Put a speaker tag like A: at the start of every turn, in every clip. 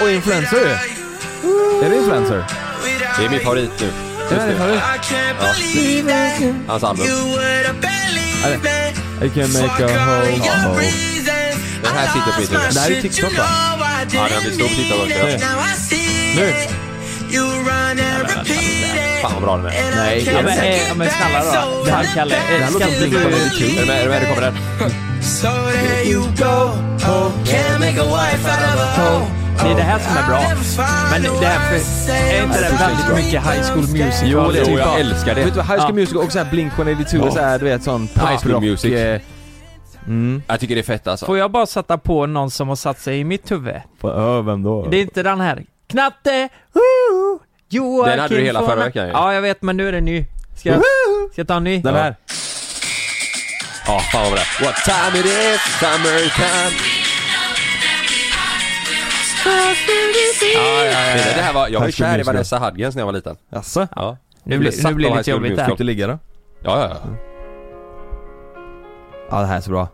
A: Och influencer ju. Är det influencer?
B: Det är min favorit nu.
A: Det är det, har du?
B: Oh. Hans album.
A: I can make a whole hole.
B: Den här sitter på mitt huvud.
A: Det här är TikTok va?
B: Ja, den blir stor på TikTok också.
A: Nu?
B: Fan vad bra den är.
A: Nej,
C: Ja, men, eh, ja, men snälla då. Det här Kalle, eh, ska inte
A: låter
C: du...
A: som
B: Är du med? Är du med? Nu kommer den.
D: So there you go. Oh, can't make a wife out of a hoe.
C: Det är det här som är bra. Men det här för, är inte det väldigt mycket High School Musical?
A: Jo, det är
B: Jo,
A: typ
B: jag
A: av-
B: älskar det.
A: Vet du vad, High School
C: Ja.
A: Musical och så här Blink 182 och så här, du vet sån
B: High School
A: poprock,
B: Music.
A: eh,
B: Jag tycker det är fett alltså.
C: Får jag bara sätta på någon som har satt sig i mitt huvud?
A: Ja, vem då?
C: Det är inte den här. Knatte! Woo! Joakim
B: Den hade du hela
C: von-
B: förra veckan ju.
C: Ja, jag vet, men nu är den ny. Ska jag, ska jag ta en ny?
A: Den här.
B: Ja, fan vad bra. What time it is, summer time. Ja, ja, ja, ja. Det här var, jag var ju
A: Tack för
B: kär i
A: musiken.
B: Vanessa Hudgens när jag var liten.
A: Jaså?
B: Ja.
C: Nu blir, nu blir det lite jobbigt
B: Ja,
C: här.
A: Fick du ligga då?
B: ja, ja.
A: Ja, det här är så bra.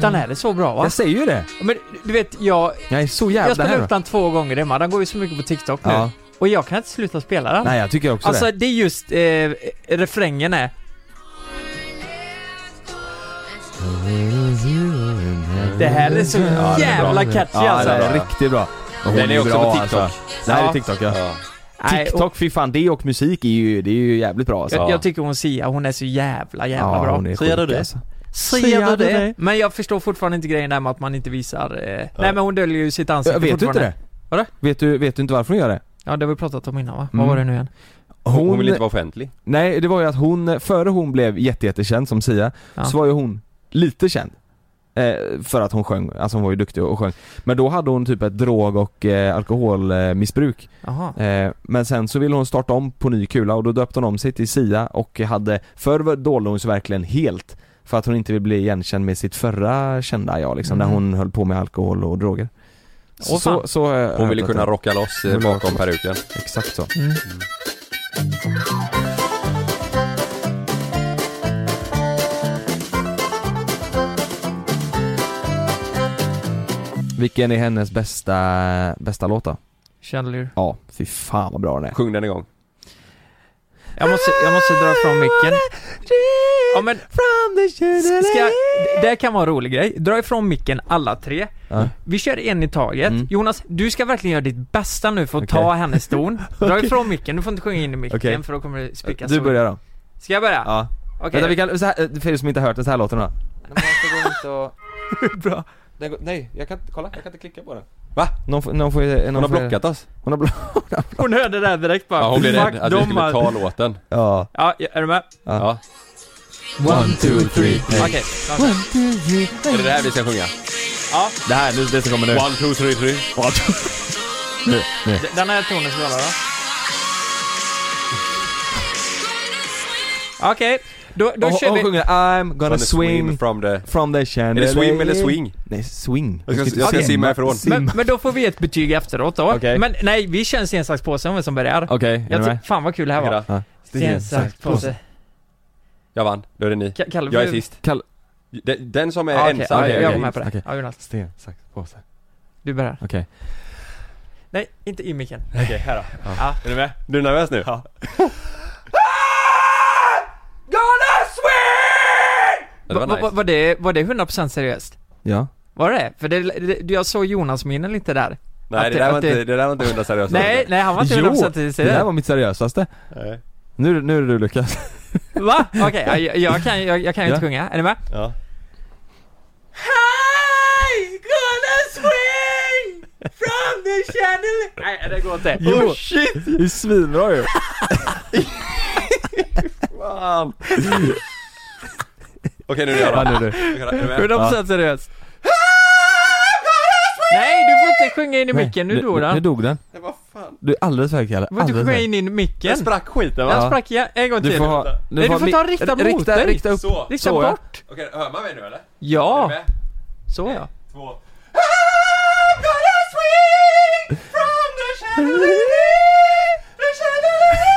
C: Den här är så bra va?
A: Jag säger ju det!
C: Men du vet, jag,
A: Jag är så
C: jag
A: jävla
C: spelade
A: här
C: upp den två gånger Emma, den går ju så mycket på TikTok nu.
A: Ja.
C: Och jag kan inte sluta spela den.
A: Nej, jag tycker också
C: alltså
A: det.
C: det är just, eh, refrängen är... Det här är så
A: det är bra.
C: jävla catchy
A: Ja,
C: alltså.
A: det är riktigt bra. Hon
B: Den är också
A: bra, alltså.
B: på TikTok.
A: Det här är
C: Ja.
A: TikTok ja.
B: ja.
C: Nej, och,
A: TikTok, fy fan, det och musik är ju, det är ju jävligt bra alltså.
C: jag, jag tycker hon Sia, hon är så jävla jävla
A: Ja,
C: bra.
A: hon är
C: Sia
A: sjuk,
C: du det?
A: alltså.
C: Sia du det? Men jag förstår fortfarande inte grejen där med att man inte visar... Eh, Nej men hon döljer ju sitt ansikte
A: Jag vet du inte
C: fortfarande.
A: det?
C: Vadå?
A: Vet du, vet du inte varför hon gör det?
C: Ja det har vi pratat om innan va?
A: Mm.
C: Vad var det nu igen?
B: Hon, vill inte vara offentlig.
A: Nej, det var ju att hon, före hon blev jätte, jättekänd som Sia,
C: Ja.
A: så var ju hon lite känd. Eh, för att hon sjöng, alltså hon var ju duktig och sjöng. Men då hade hon typ ett drog och eh, alkoholmissbruk.
C: Jaha.
A: Eh, men sen så ville hon starta om på ny kula och då döpte hon om sig till Sia och hade, förr var- dolde hon sig verkligen helt. För att hon inte ville bli igenkänd med sitt förra kända jag liksom,
C: Mm.
A: när hon höll på med alkohol och droger.
C: Åh, fan.
A: så, eh, har jag
B: Hon ville
A: hört att
B: kunna
A: det-
B: rocka loss
A: Hon
B: eh,
A: ville
B: bakom
A: rocka loss.
B: peruken.
A: Exakt så.
C: Mm.
A: Vilken är hennes bästa, bästa låt då?
C: Chandelier.
A: Ja, fy fan vad bra den är.
B: Sjung den igång.
C: Jag måste, jag måste dra ifrån micken. Ja men, ska jag, det här kan vara en rolig grej. Dra ifrån micken alla tre.
A: Ja.
C: Vi kör en i taget.
A: Mm.
C: Jonas, du ska verkligen göra ditt bästa nu för att
A: Okej.
C: ta hennes ton. Dra
A: Okej.
C: ifrån micken, du får inte sjunga in i micken
A: Okej.
C: för då kommer det spricka
A: Du
C: så-
A: börjar då.
C: Ska jag börja?
A: Ja.
C: Okej.
A: Vänta, vi kan, så här, eh, för er som inte har hört den, så här låter den då.
C: Bra.
A: Den går, nej, jag kan inte, kolla, jag kan inte klicka på den.
B: Va?
A: Någon, får- någon får ju- någon
B: Hon har
A: får-
B: blockat oss.
A: Hon har blockat.
C: Hon hörde det här direkt bara.
B: Ja, hon blev
C: Fuck
B: rädd att vi
C: dem,
B: skulle
C: alltså.
B: ta låten.
A: Ja.
C: Ja, är du med?
B: Ja.
A: One, two, three,
C: Okej.
B: Är det det här vi ska sjunga?
A: Det här, nu, det som kommer nu.
B: One, two, three, three.
C: D- Den här tonen spelar då. Okej, då, då
A: Och
C: kör
A: hon
C: vi.
A: sjunger I'm gonna
B: Gonna swim
A: swing
B: from the...
A: from the chandelier.
B: swim eller swing?
A: Nej, swing.
B: Jag ska- jag ska simma ifrån.
C: Men, men då får vi ett betyg efteråt då.
A: Okej.
C: Men nej, vi kör en sten, sax, påse om vem som börjar.
A: Okej, är
C: Jag
A: du med?
C: tyck- fan vad kul det här var.
B: Hejdå.
C: Sten, sax, påse.
B: Jag vann. Då är det ni.
C: Ka- Kalle,
B: Jag är
C: får-
B: sist.
A: Kalle-
B: Den, den som är
C: Ja, Ah, okej,
B: ensam
C: ja,
B: är
C: jag
B: okej.
C: går med på det.
A: Okej.
C: Ja, Jonas,
A: Sten, sax, påse.
C: du börjar.
A: Okej.
C: Nej, inte i micken.
B: Okej, här då. Är du med? Du är nervös nu? Ja. Det
C: Va-
B: var
C: va-
B: nice.
C: va- Var det, var det 100% seriöst?
A: Ja.
C: Var det För det, det, jag såg Jonas-minnen lite där.
B: Nej,
C: att
B: det
C: det-
B: där var
C: att det-
B: inte, det där var inte hundra seriöst.
C: Nej, nej han var inte 100% seriös.
A: det där var mitt seriösaste.
B: Nej.
A: Nu, nu är det du Lukas.
C: Va? Okej, jag, jag kan jag, jag kan ju
A: Ja.
C: inte sjunga. Är ni med?
B: Ja.
C: Hi! Gonna swing from the chandelier Nej, det går inte.
A: Jo.
C: Oh, shit!
A: Det är svinbra ju. Fan.
B: Okej, nu är det jag
A: Ja,
B: då.
A: nu är du.
B: Okej, då. Är du med?
C: 100% seriös. Nej, du får inte sjunga in i micken. Nu dog
A: Nu, nu
C: den.
A: dog den.
B: Men vad fan?
A: Du är alldeles för hög Kalle.
C: Du får inte
A: Alldeles för
C: sjunga
A: hög.
C: in i micken.
B: Den sprack skiten va?
C: Den
A: Ja.
C: sprack igen. En gång
A: Du
C: till.
A: får ha...
C: Nej, du får
A: mi-
C: ta riktad mot
A: rikta,
C: dig.
A: Rikta upp.
B: Så.
C: Rikta
A: Så, ja.
C: bort.
B: Okej, hör man mig nu eller? Är du
C: Ja,
B: med?
C: så ja.
B: Två. I'm gonna swing from the chandelier, the chandelier.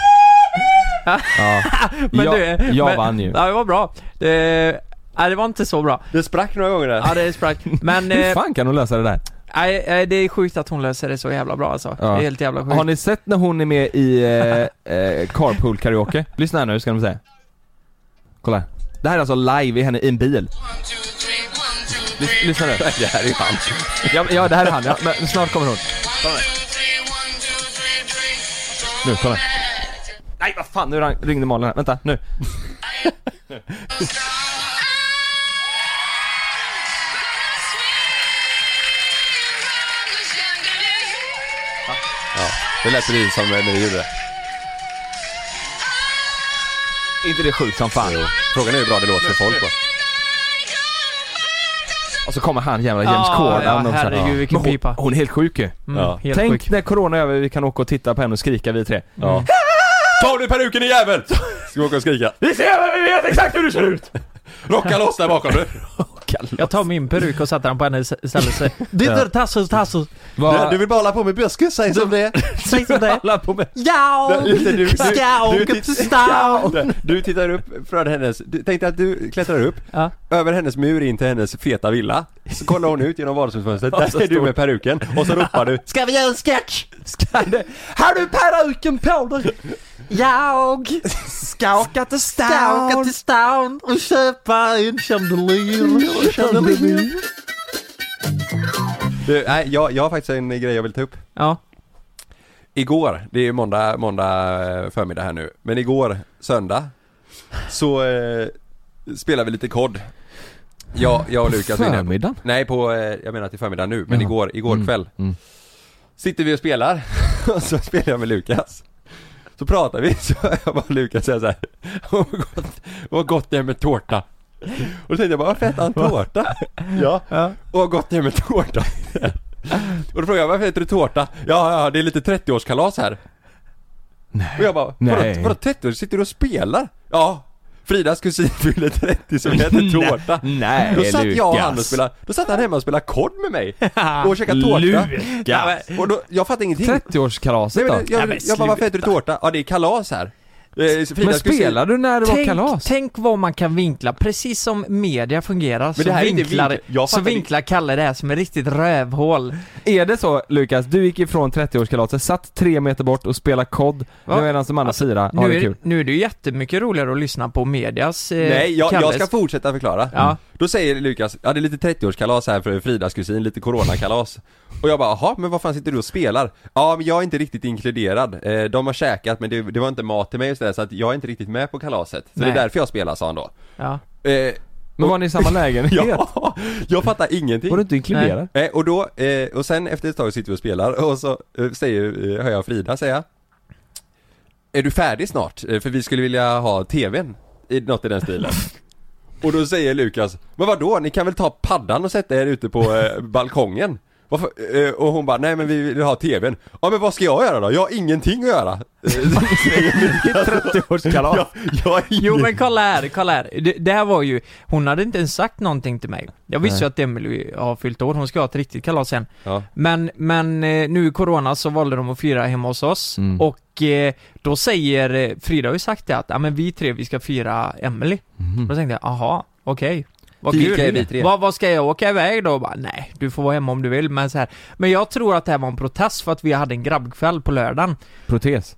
A: Ja.
C: Men
A: jag,
C: du,
A: jag
C: men,
A: vann ju.
C: Ja, det var bra. Det, Nej, det var inte så bra.
B: Det sprack några gånger där.
C: Ja, det sprack. Men,
A: Hur
C: eh,
A: fan kan hon lösa det där?
C: nej, nej, det är sjukt att hon löser det så jävla bra alltså.
A: Ja.
C: Det är helt jävla sjukt.
A: Har ni sett när hon är med i eh, eh, carpool karaoke? Lyssna här nu ska ni få se. Kolla här. Det här är alltså live i henne i en bil. Lys- lyssna nu.
B: Det här är ju han.
A: Ja, ja det här är han ja. Men snart kommer hon. Nu, kolla. Nej vad fan, nu rang- ringde Malin här. Vänta, nu.
B: Det lät precis som när du gjorde det.
A: Är inte det sjukt som fan?
B: Frågan är hur bra det låter för folk va?
A: Och så kommer han jävla James
C: Ja,
A: Corden.
C: ja,
A: och så här.
C: herregud, vilken
A: Men hon,
C: pipa.
A: Hon är helt sjuk ju.
C: Mm,
B: Ja.
C: helt
A: Tänk
C: sjukt.
A: när corona är över, vi kan åka och titta på henne och skrika vi tre.
B: Ja. Ta av dig peruken din jävel! Ska vi åka och skrika?
A: Vi ser, vi vet exakt hur du ser ut!
B: Rocka loss där bakom nu!
C: Jag tar min peruk och sätter den på henne istället. Det är Tassos, Tassos.
A: Vad...
B: vill bara hålla på med buskis, säg som det är.
C: Säg som det
A: Alla på mig.
C: Ja,
B: Du- du- du-
C: ska
B: du-
C: åka
B: du-
C: till stan.
B: Du tittar upp från hennes, du, tänkte att du klättrar upp,
C: Ja.
B: över hennes mur in till hennes feta villa. Så kollar hon ut genom vardagsrumsfönstret, där är du med peruken och så ropar du
C: Ska vi göra en sketch? Ska det? Har du peruken på dig? Jag ska åka till stan. Ska åka till stan och köpa en
B: Mm.
C: chandelier. chandelier.
B: Du, nej, jag, jag har faktiskt en grej jag vill ta upp.
C: Ja,
B: Igår, det är ju måndag, måndag eh, förmiddag här nu, men igår söndag så eh, spelade vi lite kod. Jag, jag och Lukas min hem-
A: Förmiddagen?
B: Nej, på, eh, jag menar till förmiddag nu, men
A: Jaha.
B: igår, igår
A: Mm,
B: kväll.
A: mm.
B: Sitter vi och spelar, och så spelar jag med Lukas. Så pratar vi, så hör jag bara Lukas säga såhär, vad gott, vad gott det är med tårta. Och då tänkte jag bara, varför äter han tårta? ja. Och vad gott det är med tårta. och då frågade jag, varför äter du tårta? Ja, ja, det är lite 30-årskalas här. Nej. Och jag bara, vadå,
A: Nej.
B: vadå 30 år? Sitter du och spelar? Ja. Fridas kusin fyller 30 så vi äter tårta.
A: Nej,
B: Då satt jag och han och
A: Lukas.
B: spelade, då satt han hemma och spelade kod med mig och käkade tårta.
A: Lukas.
B: Och då, jag fattade ingenting.
A: 30-årskalaset
B: Nej, men,
A: då?
B: jag, jag, bara, varför äter du tårta? Ja det är kalas här. Eh, Fridas
A: Men
B: kusin-
A: spelar du när det var
C: tänk,
A: kalas?
C: tänk vad man kan vinkla, precis som media fungerar så
B: det här är inte
C: vinklar,
B: vinkel- jag
C: så
B: fattar inte.
C: vinklar Kalle det här som ett riktigt rövhål.
A: Är det så Lukas, du gick ifrån 30-årskalaset, satt tre meter bort och spelade kod
C: Va?
A: medan de andra
C: Alltså,
A: fyra har
C: nu,
A: det
C: är,
A: kul?
C: nu är det ju jättemycket roligare att lyssna på medias eh,
B: Nej, jag, jag
C: Kalles.
B: ska fortsätta förklara.
C: Ja.
B: Då säger Lukas, ja det är lite 30-årskalas här för Fridas kusin, lite coronakalas. Och jag bara, jaha, men vad fan sitter du och spelar? Ja, men jag är inte riktigt inkluderad. Eh, De har käkat men det, det var inte mat till mig och sådär, så att jag är inte riktigt med på kalaset. Så
C: Nej.
B: det är därför jag spelar, sa han då.
C: Ja.
B: Eh,
A: Men var ni i samma lägenhet?
B: ja, jag fattar ingenting.
A: Var du inte inkluderad?
B: Eh, och då, eh, och sen efter ett tag sitter vi och spelar och så eh, säger, eh, hör jag Frida säga Är du färdig snart? Eh, för vi skulle vilja ha TVn, i, något i den stilen Och då säger Lukas, men vadå? Ni kan väl ta paddan och sätta er ute på eh, balkongen? Varför? Eh, och hon bara, nej men vi vill ha TVn Ja men vad ska jag göra då? Jag har ingenting att göra Eh, säger Lukas.
A: 30-årskalas?
B: jag, jag har
C: Jo
B: ingen-
C: men kolla här, kolla här. Det, det här var ju, hon hade inte ens sagt någonting till mig. Jag visste ju att Emelie har fyllt år, hon ska ha ett riktigt kalas sen.
B: ja.
C: Men, men eh, nu i Corona så valde de att fira hemma hos oss
B: Mm.
C: och eh, då säger, eh, Frida har ju sagt det att, ja men vi tre vi ska fira Emelie.
A: Mhm.
C: Då tänkte jag, aha, okej. Vad
B: Vilka är Mm. vi tre?
C: kul. Vad, vad ska jag åka iväg då? Och Bara, nej, du får vara hemma om du vill, men så här. Men jag tror att det här var en protest för att vi hade en grabbkväll på lördagen.
A: Protes?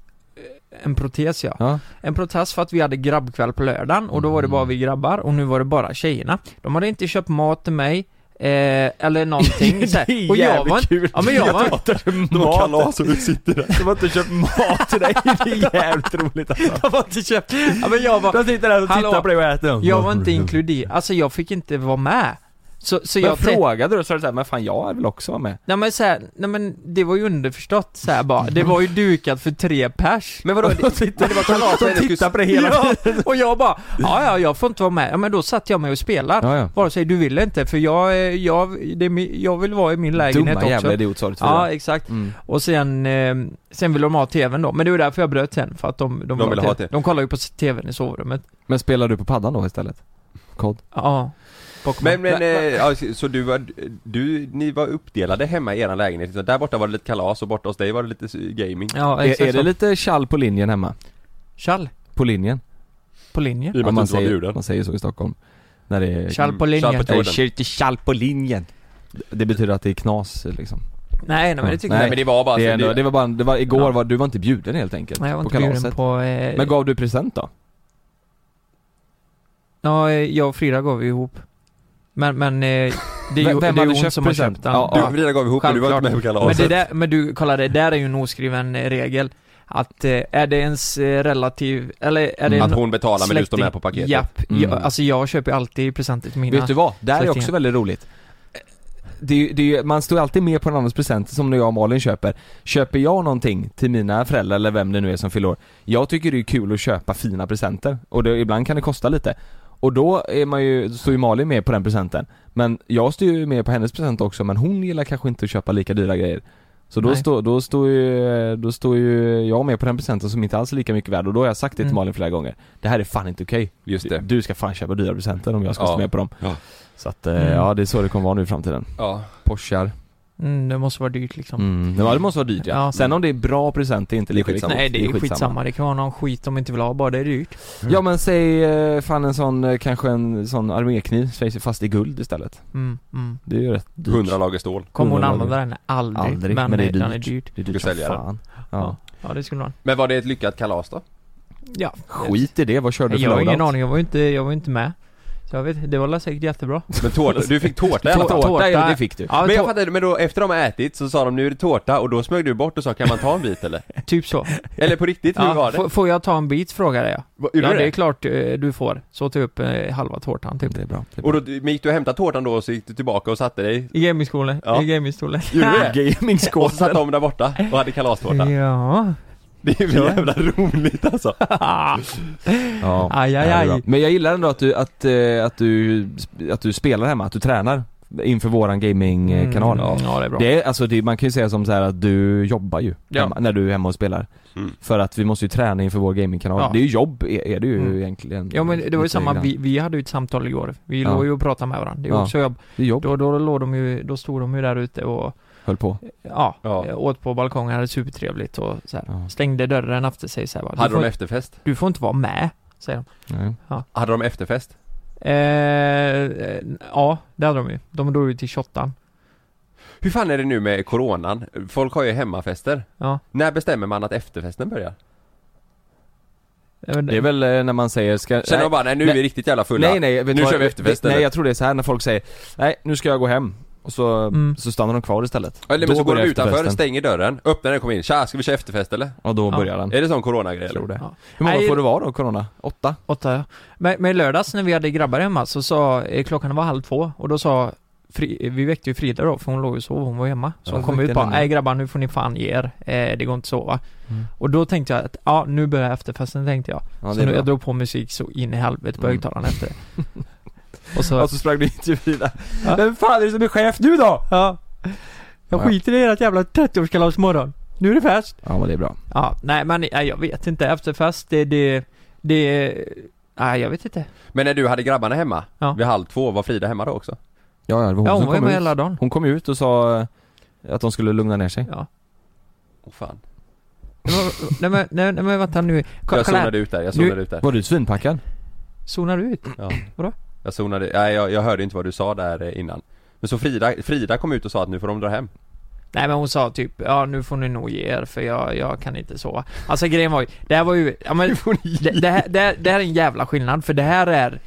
C: En protes ja.
A: Ja.
C: En protest för att vi hade grabbkväll på lördagen och då var det bara vi grabbar och nu var det bara tjejerna. De hade inte köpt mat till mig, eh, eller någonting så här. Och jag var
A: kul!
C: Ja men jag var
B: Det var kalas och du sitter där
A: De har inte köpt mat till dig, det är jävligt roligt alltså.
C: jag var inte köpt. Ja men jag var,
A: De sitter där och
C: Hallå.
A: tittar på dig och äter.
C: jag var inte inkluderad, alltså jag fick inte vara med. Så, så
A: Men
C: jag tänkte,
A: frågade du så sa du såhär, men fan jag vill också vara med.
C: nej men så här, nej men det var ju underförstått så här bara. Det var ju dukat för tre pers. Men vadå?
A: De sitter, det var kalas
B: och hennes
A: tittar på dig hela
C: Ja, och jag bara, ja ja jag får inte vare med. Ja men då satt jag mig och spelade.
A: Ja, ja.
C: Vare sig du vill inte för jag, eh, jag, det är, min- jag vill vara i min lägenhet
A: Dumma
C: också.
A: jävla idiot sa du till
C: Ja
A: Frida.
C: exakt.
A: Mm.
C: Och sen, eh, sen ville de ha tvn då. Men det var därför jag bröt sen. För att de, de,
B: vill ha
C: TV.
B: TV.
C: De kollar ju på tvn i sovrummet.
A: Men spelar du på paddan då istället? Kod?
C: Ja. Pokémon.
B: Men, men,
C: Nej,
B: eh, ja, så du var, du, ni var uppdelade hemma i eran lägenhet, så där borta var det lite kalas och borta hos dig var det lite s- gaming
C: Ja,
A: Är,
C: exakt
A: är det
C: så.
A: lite tjall på linjen hemma?
C: Tjall
A: På linjen?
C: på linjen.
B: I och med att du
A: man,
B: inte var
A: säger,
B: bjuden
A: man säger så i Stockholm. När det är...
C: Kall på
B: Mm,
C: linjen.
B: kör på
A: Nej,
B: tråden.
A: kör inte kall på linjen. Det betyder att det är knas liksom.
C: nej, nej, men det tycker
A: Nej.
C: jag
B: men det var bara
A: det, är ändå,
B: Alltså, det,
A: det var bara, det var igår,
C: Ja.
A: var, du var inte bjuden helt enkelt.
C: Nej, jag var
A: på
C: inte bjuden
A: kalaset.
C: på... Eh,
A: Men gav du present då?
C: ja, eh, jag och Frida gav vi ihop. Men, men eh, det är ju,
A: Vem- vem
C: det är
A: hade
C: ju hon
A: köpt
C: som har
A: present?
C: köpt den.
A: Ja,
B: Du och Frida gav ihop men du var inte med på
C: Men,
B: kalaset.
C: det där, men du, kolla det där är ju en oskriven eh, regel. Att eh, är det ens eh, relativ, eller är det
A: Mm.
B: Att
C: en
B: hon betalar men du står
C: släkting-
B: med på paketet.
C: Japp,
A: Mm.
C: jag, alltså jag köper alltid presenter till mina.
A: Vet du vad? Det här är
C: släktingar.
A: också väldigt roligt. Det är, ju- det är, ju- man står ju alltid med på en annans present, som när jag och Malin köper. Köper jag någonting till mina föräldrar eller vem det nu är som fyller år, jag tycker det är kul att köpa fina presenter. Och det, ibland kan det kosta lite. Och då är man ju, står ju Malin med på den presenten. Men jag står ju med på hennes present också, men hon gillar kanske inte att köpa lika dyra grejer. Så då,
C: Nej.
A: står då, står ju, då står ju jag med på den presenten som inte alls är lika mycket värd och då har jag sagt det till
C: Mm.
A: Malin flera gånger. Det här är fan inte okej.
B: Just det.
A: Du ska fan köpa dyra presenter om jag ska
B: Ja.
A: stå med på dem.
B: Ja.
A: Så att, eh,
C: Mm.
A: ja det är så det kommer vara nu i framtiden.
B: Ja.
A: Porschar.
C: Mm, det måste vara dyrt liksom.
A: Mm. Ja, det måste vara dyrt ja.
C: Ja.
A: Sen om det är bra presenter är inte
B: Det är
A: lika
B: skitsamma.
A: viktigt.
C: Nej det är ju skitsamma, det kan vara någon skit de inte vill ha bara, det är dyrt.
A: Ja men säg eh, fan en sån, eh, kanske en sån armékniv, säg fast i guld istället.
C: Mm, mm.
A: Det är ju rätt dyrt.
B: 100 lager stål.
C: Kommer hon
A: Hundra
C: använda den? Aldrig.
A: Aldrig,
C: men,
A: men det är
C: eh, den
A: dyrt.
C: är dyrt.
A: Det är
B: Du
A: dyrt som
B: säljer den.
A: fan. Ja.
C: Ja det skulle man.
B: Men var det ett lyckat kalas då?
C: Ja.
A: Skit i det, vad körde du för
C: Jag har ingen
A: loadout?
C: aning, jag var ju inte, jag var ju inte med. Så jag vet det var säkert jättebra.
B: Men tårta, du fick tårta i alla fall.
A: Tårta,
C: Tårta.
A: ja, det fick du.
C: Ja,
B: Men jag
C: to-
B: fattar inte, men då efter de har ätit så sa de nu är det tårta och då smög du bort och sa kan man ta en bit eller?
C: typ så.
B: Eller på riktigt, hur var
C: Ja,
B: det?
C: får- får jag ta en bit frågade jag.
B: Va-
C: Ja
B: Gjorde
C: det
B: du
C: är klart eh, du får. Så tog jag upp eh, halva tårtan typ.
A: Det är bra. Det är
B: Och
A: bra.
B: då men gick du och hämtade tårtan då och så gick du tillbaka och satte dig?
C: I gamingskolan,
B: Ja.
C: i gamingstolen.
B: Gjorde du det? Och så satt
A: Gamingskåpen.
B: de där borta och hade kalastårta.
C: Ja.
B: Det är ju jävla roligt alltså.
A: Ja.
C: Aj, aj,
A: Ja, det är
C: aj.
A: bra. Men jag gillar ändå att du, att, eh, att du, att du spelar hemma, att du tränar inför våran gamingkanal.
C: Mm, ja det är bra.
A: Det är, alltså det, man kan ju säga som så här att du jobbar ju
C: Ja.
A: hemma, när du är hemma och spelar.
B: Mm.
A: För att vi måste ju träna inför vår gamingkanal.
C: Ja.
A: Det är ju jobb, är, är det ju
C: Mm.
A: egentligen.
C: Ja men det var ju
A: lite
C: samma,
A: grann.
C: vi, vi hade ju ett samtal igår. Vi
A: Ja.
C: låg ju och pratade med varandra. Det är
A: Ja.
C: också jobb.
A: Det är jobb,
C: Då, då låg de ju, då stod de ju där ute och,
A: höll på.
C: ja,
B: Ja.
C: eh, åt på balkongen, hade supertrevligt och så här.
A: Ja.
C: Stängde dörren efter sig så här, bara, du,
B: Hade
C: får,
B: de efterfest?
C: du får inte vara med, säger de.
A: Nej.
B: Hade de efterfest?
C: Eh, eh, ja, det hade de ju. De drog ju till shottan.
B: Hur fan är det nu med coronan? Folk har ju hemmafester.
C: Ja.
B: När bestämmer man att efterfesten börjar?
C: Eh, men-
A: Det är väl eh, när man säger, ska,
B: Känner de bara, nej nu är vi riktigt jävla fulla.
A: nej, nej, vet
B: Nu
A: du vad?
B: kör vi efterfest
A: Nej
B: eller?
A: jag tror det är så här när folk säger, nej nu ska jag gå hem. Och så,
C: Mm.
A: så stannar de kvar istället.
B: Eller men så går
A: börjar
B: de utanför,
A: efterfesten.
B: stänger dörren, öppnar den och kommer in. Tja, ska vi köra efterfest eller?
A: Och då
C: Ja.
A: börjar den.
B: Är det sån coronagrej
A: Jag Mm. tror
B: eller?
A: det.
C: Ja.
A: Hur många
C: Nej.
A: får det vara då, corona? Åtta?
C: Åtta, ja. Men, men i lördags när vi hade grabbar hemma så sa, eh, klockan var halv två och då sa Fri, vi väckte ju Frida då, för hon låg och sov, hon var hemma. Så
A: Ja,
C: hon kom ut
A: vilken
C: bara,
A: ändå.
C: nej grabbar nu får ni fan ge er, eh, det går inte att sova.
A: Mm.
C: Och då tänkte jag att, ja nu börjar efterfesten tänkte jag.
A: Ja,
C: så
A: är
C: nu,
A: bra.
C: jag drog på musik så in i helvete på
A: Mm.
C: högtalaren efter det. Och så,
A: Och så sprang du in till Frida.
C: Ja.
A: Vem fan är det som är chef nu då?
C: ja.
A: Ja.
C: Jag skiter i ert jävla 30-årskalas imorgon. Nu är det fest.
A: Ja men det är bra.
C: Ja, nej men nej, jag vet inte, efterfest det, det, det, nej jag vet inte.
B: Men när du hade grabbarna hemma,
C: Ja.
B: vid halv två, var Frida hemma då också?
A: Ja, ja, det var hon,
C: Ja hon
A: som
C: var ju
A: kom
C: med
A: ut.
C: hela dagen.
A: Hon kom ju ut och sa eh, att de skulle lugna ner sig.
C: Ja.
B: Åh fan.
C: Det var- Nej men, nej, nej men vänta nu. Ko-
B: Jag
C: kolla här.
B: zonade ut där, jag zonade
C: Nu-
B: ut där.
A: Var du svinpackad?
C: Zonar du ut?
B: Ja.
C: Vadå?
B: Jag zonade, nej jag, jag hörde inte vad du sa där eh, innan. Men så Frida, Frida kom ut och sa att nu får de dra hem.
C: Nej men hon sa typ, ja nu får ni nog ge er för jag, jag kan inte sova. Alltså grejen var ju, det här var ju, ja men, det, det, här, det, här, det här är en jävla skillnad för det här är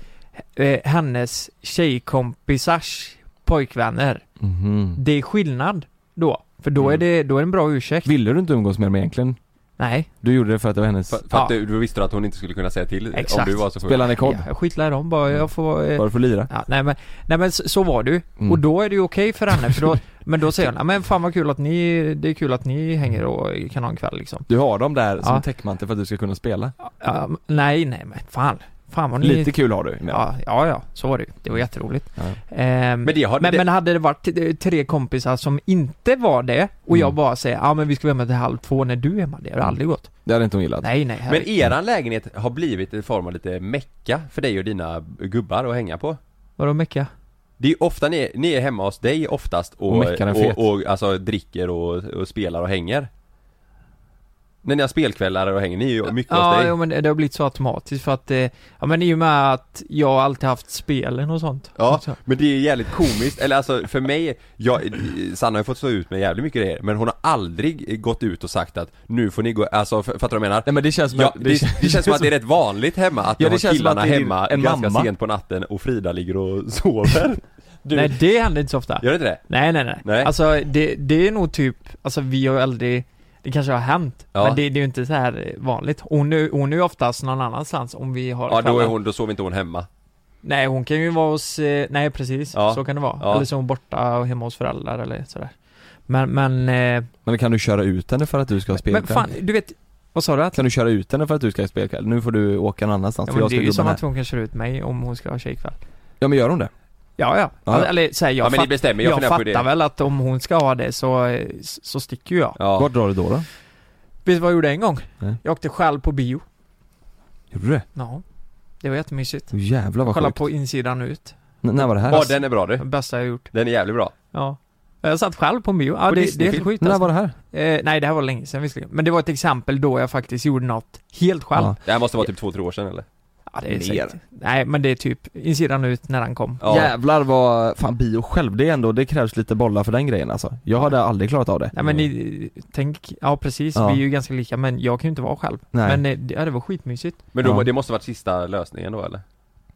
C: eh, hennes tjejkompisars pojkvänner.
A: Mhm.
C: Det är skillnad då. För då är
B: Mm.
C: det, då är det en bra ursäkt.
A: Ville du inte umgås med dem egentligen?
C: Nej,
A: Du gjorde det för att det var hennes
B: För, för att
C: Ja.
B: du, du visste att hon inte skulle kunna säga till
C: Exakt.
B: om du var så full.
A: spelande
C: ja,
A: kod.
C: jag skitlar i dem bara, jag får... Eh,
A: Var du för lira?
C: Ja, nej men, nej men så, så var du.
A: Mm.
C: Och då är det ju okej för henne, för då, men då säger hon, "Ja, men fan vad kul att ni, det är kul att ni hänger och kan ha en kväll liksom.
A: Du har dem där som
C: Ja.
A: täckmantel för att du ska kunna spela.
C: Ja, men- nej, nej men fan. Fan vad ni...
A: Lite kul har du. Ja.
C: ja, ja, ja, så var det ju. Det var jätteroligt.
A: Ja.
C: Ehm,
B: Mm. Men
C: men,
B: det har
C: men,
B: det,
C: hade det varit eh, tre kompisar som inte var det och jag
A: Mm.
C: bara säger, ja men vi ska vara hemma till halv två när du är hemma, det har aldrig gått.
A: Det hade inte hon gillat.
C: Nej, nej.
B: Mm. men
C: herregud.
B: eran lägenhet har blivit en form av lite mecka för dig och dina gubbar att hänga på.
C: Vadå mecka?
B: Det är ofta ni, ni är hemma hos dig oftast och,
A: Och meckar en fet.
B: och, och alltså dricker och, och spelar och hänger. När ni har spelkvällar och hänger, ni är ju mycket hos
C: Ja,
B: dig.
C: jo, men det, det har blivit så automatiskt för att, eh, ja men i och med att jag alltid haft spelen och sånt.
B: Ja,
C: Så.
B: men det är jävligt komiskt, eller alltså för mig, jag, Sanna har ju fått stå ut med jävligt mycket grejer, men hon har aldrig gått ut och sagt att nu får ni gå, alltså f- fattar du vad jag menar?
A: Nej men det känns som
B: Ja,
A: att-
B: det, det, känns som att det är rätt vanligt hemma att
A: Ja,
B: ja,
A: det känns som
B: killarna
A: att det är
B: hemma
A: en
B: ganska
A: mamma.
B: sent på natten och Frida ligger och sover. Du,
C: Nej, det händer inte så ofta.
B: gör det inte det?
C: Nej, nej, nej.
B: Nej.
C: Alltså det, det är nog typ, alltså vi har ju aldrig, det kanske har hänt,
B: Ja.
C: men det, det är ju inte så här eh, vanligt. Hon är, hon är ju oftast någon annanstans om vi har
B: Ja, då, är
C: kvällar.
B: hon, då sover inte hon hemma.
C: Nej, hon kan ju vara hos, eh, nej precis,
B: Ja.
C: så kan det vara.
B: Ja.
C: Eller så är hon borta och hemma hos föräldrar eller sådär. Men, men, eh,
A: Men kan du köra ut henne för att du ska ha
C: men
A: spelkväll?
C: fan, du vet, vad sa du? Att,
A: Kan du köra ut henne för att du ska ha spelkväll? Nu får du åka någon annanstans
C: ja,
A: för
C: men
A: jag
C: det
A: ska
C: är ju
A: gubben
C: som
A: här.
C: att hon kan köra ut mig om hon ska ha tjejkväll.
A: Ja men gör hon det?
C: Ja, ja.
A: Ja.
C: Alltså, eller så här, jag,
B: Ja, men ni
C: fatt,
B: bestämmer, jag,
C: jag,
B: funderar på
C: fattar
B: det.
C: väl att om hon ska ha det så, eh, s- så sticker ju jag.
B: Ja.
A: Vart drar du då då?
C: Vet du vad jag gjorde en gång?
A: Nej.
C: Jag åkte själv på bio.
A: Gjorde du det?
C: Ja. Det var jättemysigt.
A: Oh, jävlar vad
C: Kolla
A: sjukt.
C: på insidan ut.
A: N- När var det här?
B: ja, den är bra du.
C: Det bästa jag gjort.
B: Den är jävligt bra.
C: Ja. Jag satt själv på en bio. Ja,
B: På
C: det, det är
B: Disneyfilm?
C: helt sjukt
A: När
C: alltså.
A: var det här?
C: eh, Nej, det här var länge sedan visserligen. Men det var ett exempel då jag faktiskt gjorde något helt själv.
A: Ja.
C: Ja,
B: Det här måste vara typ två, tre år sedan eller?
C: det är
A: Mer.
C: säkert. Nej, men det är typ insidan ut när den kom.
B: Ja.
A: Jävlar vad, fan bio själv, det är ändå, det krävs lite bollar för den grejen alltså. Jag hade aldrig klarat av det.
C: Nej men ni, tänk, ja precis,
A: Mm. Ja.
C: vi är ju ganska lika men jag kan ju inte vara själv.
A: Nej.
C: Men eh, det, ja, det var skitmysigt.
B: Men då,
A: Ja.
B: det måste varit sista lösningen då eller?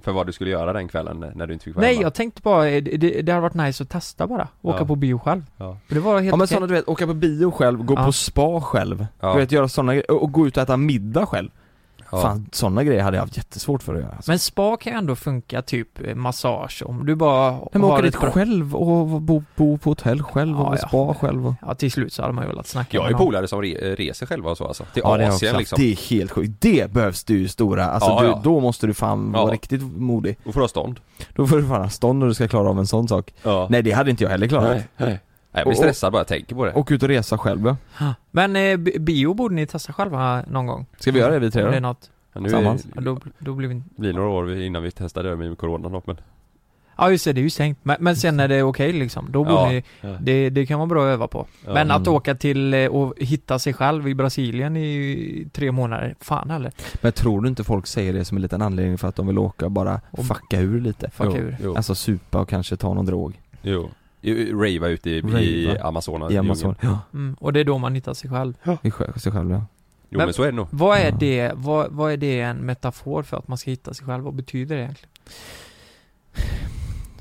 B: För vad du skulle göra den kvällen när du inte fick vara
C: Nej,
B: hemma.
C: jag tänkte bara, eh, det, det, det hade varit nice att testa bara. Åka
B: Ja.
C: på bio själv.
B: Ja.
C: För det var helt
A: Ja men
C: okej.
A: sådana du vet, åka på bio själv, gå
C: Ja.
A: på spa själv,
B: Ja.
A: du vet göra sådana grejer, och och gå ut och äta middag själv.
B: Ja.
A: Fan sådana grejer hade jag haft jättesvårt för att göra. Alltså.
C: Men spa kan ju ändå funka typ eh, massage om du bara
A: Men, men åka dit
C: ett bra-
A: själv och bo, bo på hotell själv och
C: Ja,
A: på
C: ja.
A: spa själv och...
C: Ja till slut så hade man ju velat snacka
B: Jag
C: med
B: är
C: någon.
B: polare som re, reser själva och så alltså. Till
A: det har jag också
B: Asien
A: haft.
B: liksom.
A: Det är helt sjukt. Det behövs du ju stora, alltså
B: Ja,
A: du,
B: ja.
A: då måste du fan
B: Ja.
A: vara riktigt modig.
B: Och får ha stånd.
A: Då får du fan ha stånd när du ska klara av en sån sak.
B: Ja.
A: Nej det hade inte jag heller klarat.
B: Nej, nej. Nej, jag blir
A: Och- och-
B: stressad bara jag tänker på det.
A: Åk ut och resa själv ja.
C: Men eh, bi- bio borde ni testa själva någon gång?
A: Ska vi göra det vi tre
C: Om
A: då?
C: det är något,
B: Ja, nu
A: Tillsammans.
C: ja, då, då blir vi inte...
B: blir det några år innan vi testar det med coronan då, men...
C: Ja just det, det är ju sänkt. Men, men sen när det är okej liksom, då borde
B: Ja.
C: ni...
B: Ja.
C: Det, det kan vara bra att öva på.
B: Ja.
C: men att
A: Mm.
C: åka till eh, och hitta sig själv i Brasilien i tre månader, fan heller.
A: Men tror du inte folk säger det som en liten anledning för att de vill åka och bara
C: Och-
A: fucka ur lite?
C: Fuck
B: Jo,
C: ur.
B: jo,
A: Alltså supa och kanske ta någon drog
B: jo. Jo, Rava ute i, i
A: Rava.
B: Amazonas.
A: i Amazon. Ja,
C: Mm, och det är då man hittar sig själv.
A: i sjö- sig själv ja.
B: Jo men
C: Men-
B: så är det nog.
C: Vad är
A: Ja.
C: det, vad, vad är det en metafor för att man ska hitta sig själv? Vad betyder det egentligen?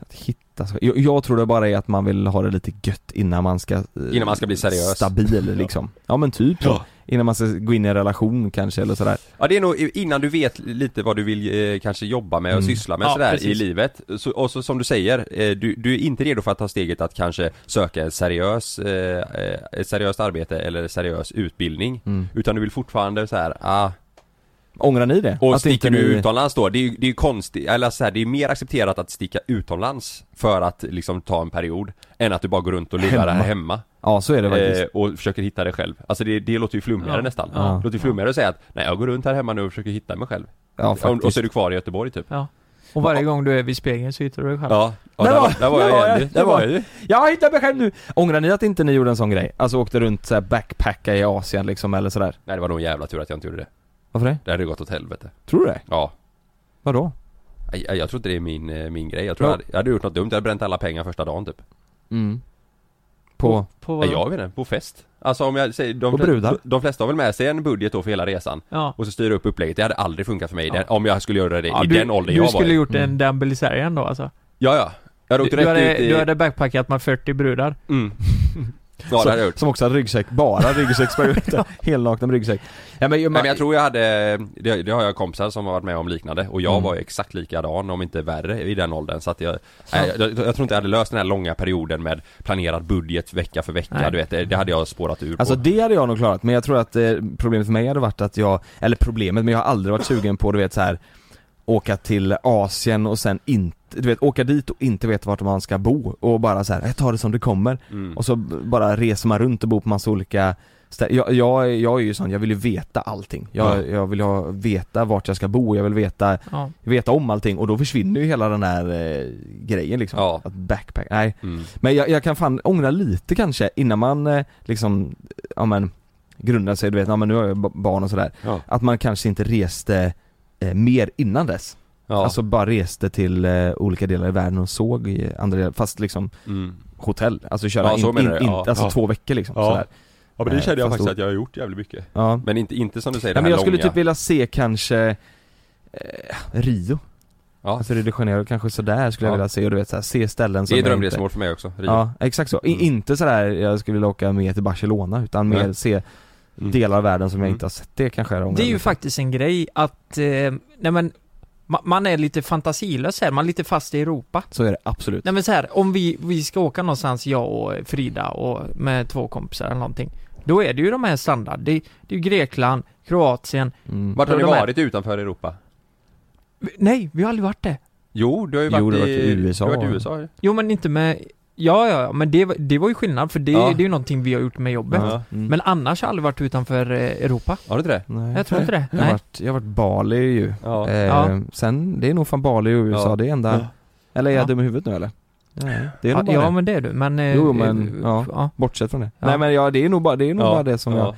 A: Att hitta sig jag, jag tror det bara är att man vill ha det lite gött innan man ska... eh,
B: Innan man ska bli seriös.
A: Stabil liksom. Ja, men typ så.
B: Ja.
A: Innan man ska gå in i en relation kanske eller sådär.
B: Ja det är nog innan du vet lite vad du vill eh, kanske jobba med och
A: Mm.
B: syssla med
C: Ja,
B: sådär i
C: precis.
B: livet. Så, och så som du säger, eh, du, du är inte redo för att ta steget att kanske söka en seriös, eh, eh, ett seriöst arbete eller seriös utbildning.
A: Mm.
B: Utan du vill fortfarande så här, ah,
A: Ångrar ni det?
B: Och
A: inte
B: sticker du
A: ni-
B: utomlands då, det är ju, det är ju konstigt, eller så här, det är mer accepterat att sticka utomlands för att liksom ta en period än att du bara går runt och lurar det här hemma
A: Ja, så är det faktiskt.
B: eh, och försöker hitta dig själv. Alltså det, det låter ju flummigare
C: Ja.
B: nästan.
C: Ja.
B: Det låter ju flummigare att säga att nej jag går runt här hemma nu och försöker hitta mig själv.
A: ja,
B: Och- och
A: faktiskt.
B: så är du kvar i Göteborg typ.
C: Ja. Och varje gång du är vid spegeln så hittar du dig själv.
B: Ja, ja
A: Där
B: där,
A: var-
B: var, där var
A: där var
B: jag
A: jag,
B: igen.
A: där
B: Där var
A: var
B: jag ju.
A: Jag har hittat mig själv nu! Ångrar ni att inte ni gjorde en sån grej? Alltså åkte runt såhär backpacka i Asien liksom eller sådär?
B: Nej det var nog en jävla tur att jag inte gjorde det.
A: Varför det?
B: Det hade gått åt helvete.
A: Tror du det?
B: Ja.
A: Vadå?
B: Nej, Jag, jag tror inte det är min, eh, min grej. Jag tror
A: Ja.
B: jag, hade, jag hade gjort något dumt, jag hade bränt alla pengar första dagen typ.
A: Mm. På?
C: På
B: Nej,
C: vad?
B: jag vet inte, på fest. Alltså om jag säger, de,
A: Och brudar.
B: de flesta har väl med sig en budget då för hela resan.
C: Ja.
B: Och så styra upp upplägget, det hade aldrig funkat för mig det, om jag skulle göra det
C: Ja,
B: i
C: du,
B: den åldern
C: du
B: jag var
C: skulle
B: i.
C: gjort
A: Mm.
C: en Dan Belisarian då alltså?
B: Ja, ja. Jag hade
C: Du,
B: åkt
C: du,
B: rätt
C: hade,
B: ut i...
C: du hade backpackat med 40 brudar?
B: Mm. ja, det hade jag gjort.
A: Som också hade ryggsäck, bara ryggsäck sprang ut där. Helnakna med ryggsäck. Ja, men,
B: Nej, men jag tror jag hade, det, det har jag kompisar som har varit med om liknande och jag
A: Mm.
B: var ju exakt likadan om inte värre i den åldern så att jag, nej, jag, jag tror inte jag hade löst den här långa perioden med planerad budget vecka för vecka
C: Nej.
B: du vet, det, det hade jag spårat ur
A: Alltså
B: på.
A: det hade jag nog klarat, men jag tror att eh, problemet för mig hade varit att jag, eller problemet, men jag har aldrig varit sugen på du vet så här åka till Asien och sen inte, du vet åka dit och inte veta vart man ska bo och bara så här, jag tar det som det kommer
B: Mm.
A: och så b- bara reser man runt och bor på massa olika stä- jag, jag, jag är ju sån, jag vill ju veta allting. Jag,
B: Ja.
A: jag vill ha, veta vart jag ska bo, jag vill veta,
C: Ja.
A: veta om allting och då försvinner ju hela den här eh, grejen liksom.
B: Ja.
A: Att backpack, nej.
B: Mm.
A: Men jag, jag kan fan ångra lite kanske innan man eh, liksom, ja men grundade sig, du vet, ja men nu har jag ba- barn och sådär.
B: Ja.
A: Att man kanske inte reste eh, mer innan dess.
B: Ja.
A: Alltså bara reste till eh, olika delar i världen och såg i andra delar, fast liksom
B: mm.
A: hotell, alltså köra
B: Ja,
A: in,
B: så
A: in,
B: menar du,
A: in,
B: ja.
A: alltså
B: Ja.
A: två veckor liksom
B: Ja.
A: sådär.
B: ja men det
A: Eh,
B: kände jag
A: fast
B: faktiskt
A: då-
B: att jag har gjort jävligt mycket.
A: Ja.
B: Men inte, inte som du säger, det
A: Nej,
B: här
A: men jag skulle
B: långa.
A: typ vilja se kanske eh, Rio,
B: ja.
A: alltså Rio de Janeiro kanske sådär skulle jag
B: Ja.
A: vilja se och du vet såhär, se ställen som
B: Det är
A: jag
B: drömresmål för mig också,
A: inte,
B: Rio.
A: Ja, exakt så. I,
B: Mm.
A: Inte sådär jag skulle vilja åka med till Barcelona utan mer
B: Nej.
A: se
B: Mm.
A: delar av världen som jag
B: Mm.
A: inte har sett. Det kanske är
C: Det är ju faktiskt en grej att, eh, nej men, ma- man är lite fantasilös här, man är lite fast i Europa.
A: Så är det absolut.
C: Nej men så här, om vi, vi ska åka någonstans, jag och Frida och med två kompisar eller någonting. Då är det ju de här standard, det, det är ju Grekland, Kroatien.
A: Mm.
B: Vart har
C: Och
B: ni
C: de här-
B: varit utanför Europa?
C: Vi- Nej, vi har aldrig varit det.
B: Jo, du har ju
A: Jo,
B: varit,
A: du har
B: i,
A: varit i USA.
B: Du har varit i USA ju.
C: Jo men inte med, ja ja, ja, men det, var- det var ju skillnad för det,
B: Ja.
C: det är ju någonting vi har gjort med jobbet.
B: Ja.
A: Mm.
C: Men annars har jag aldrig varit utanför eh, Europa.
B: Har du inte det?
A: Nej.
C: Jag tror inte det.
A: Jag har
C: Nej.
A: varit, jag har varit Bali ju.
B: Ja.
A: Eh,
C: Ja.
A: Sen, det är nog fan Bali och USA,
B: Ja.
A: det är enda... Eller är jag
C: Ja.
A: dum i huvudet nu eller? Nej, det är nog
C: Ja,
A: bara
C: ja
A: det.
C: men det är du, men... eh,
A: Jo, men,
C: eh,
A: ja.
C: ja.
A: Bortsett från det.
C: Ja.
A: Nej men ja, det är nog bara det, är nog
B: Ja.
A: bara det som jag...
B: ja.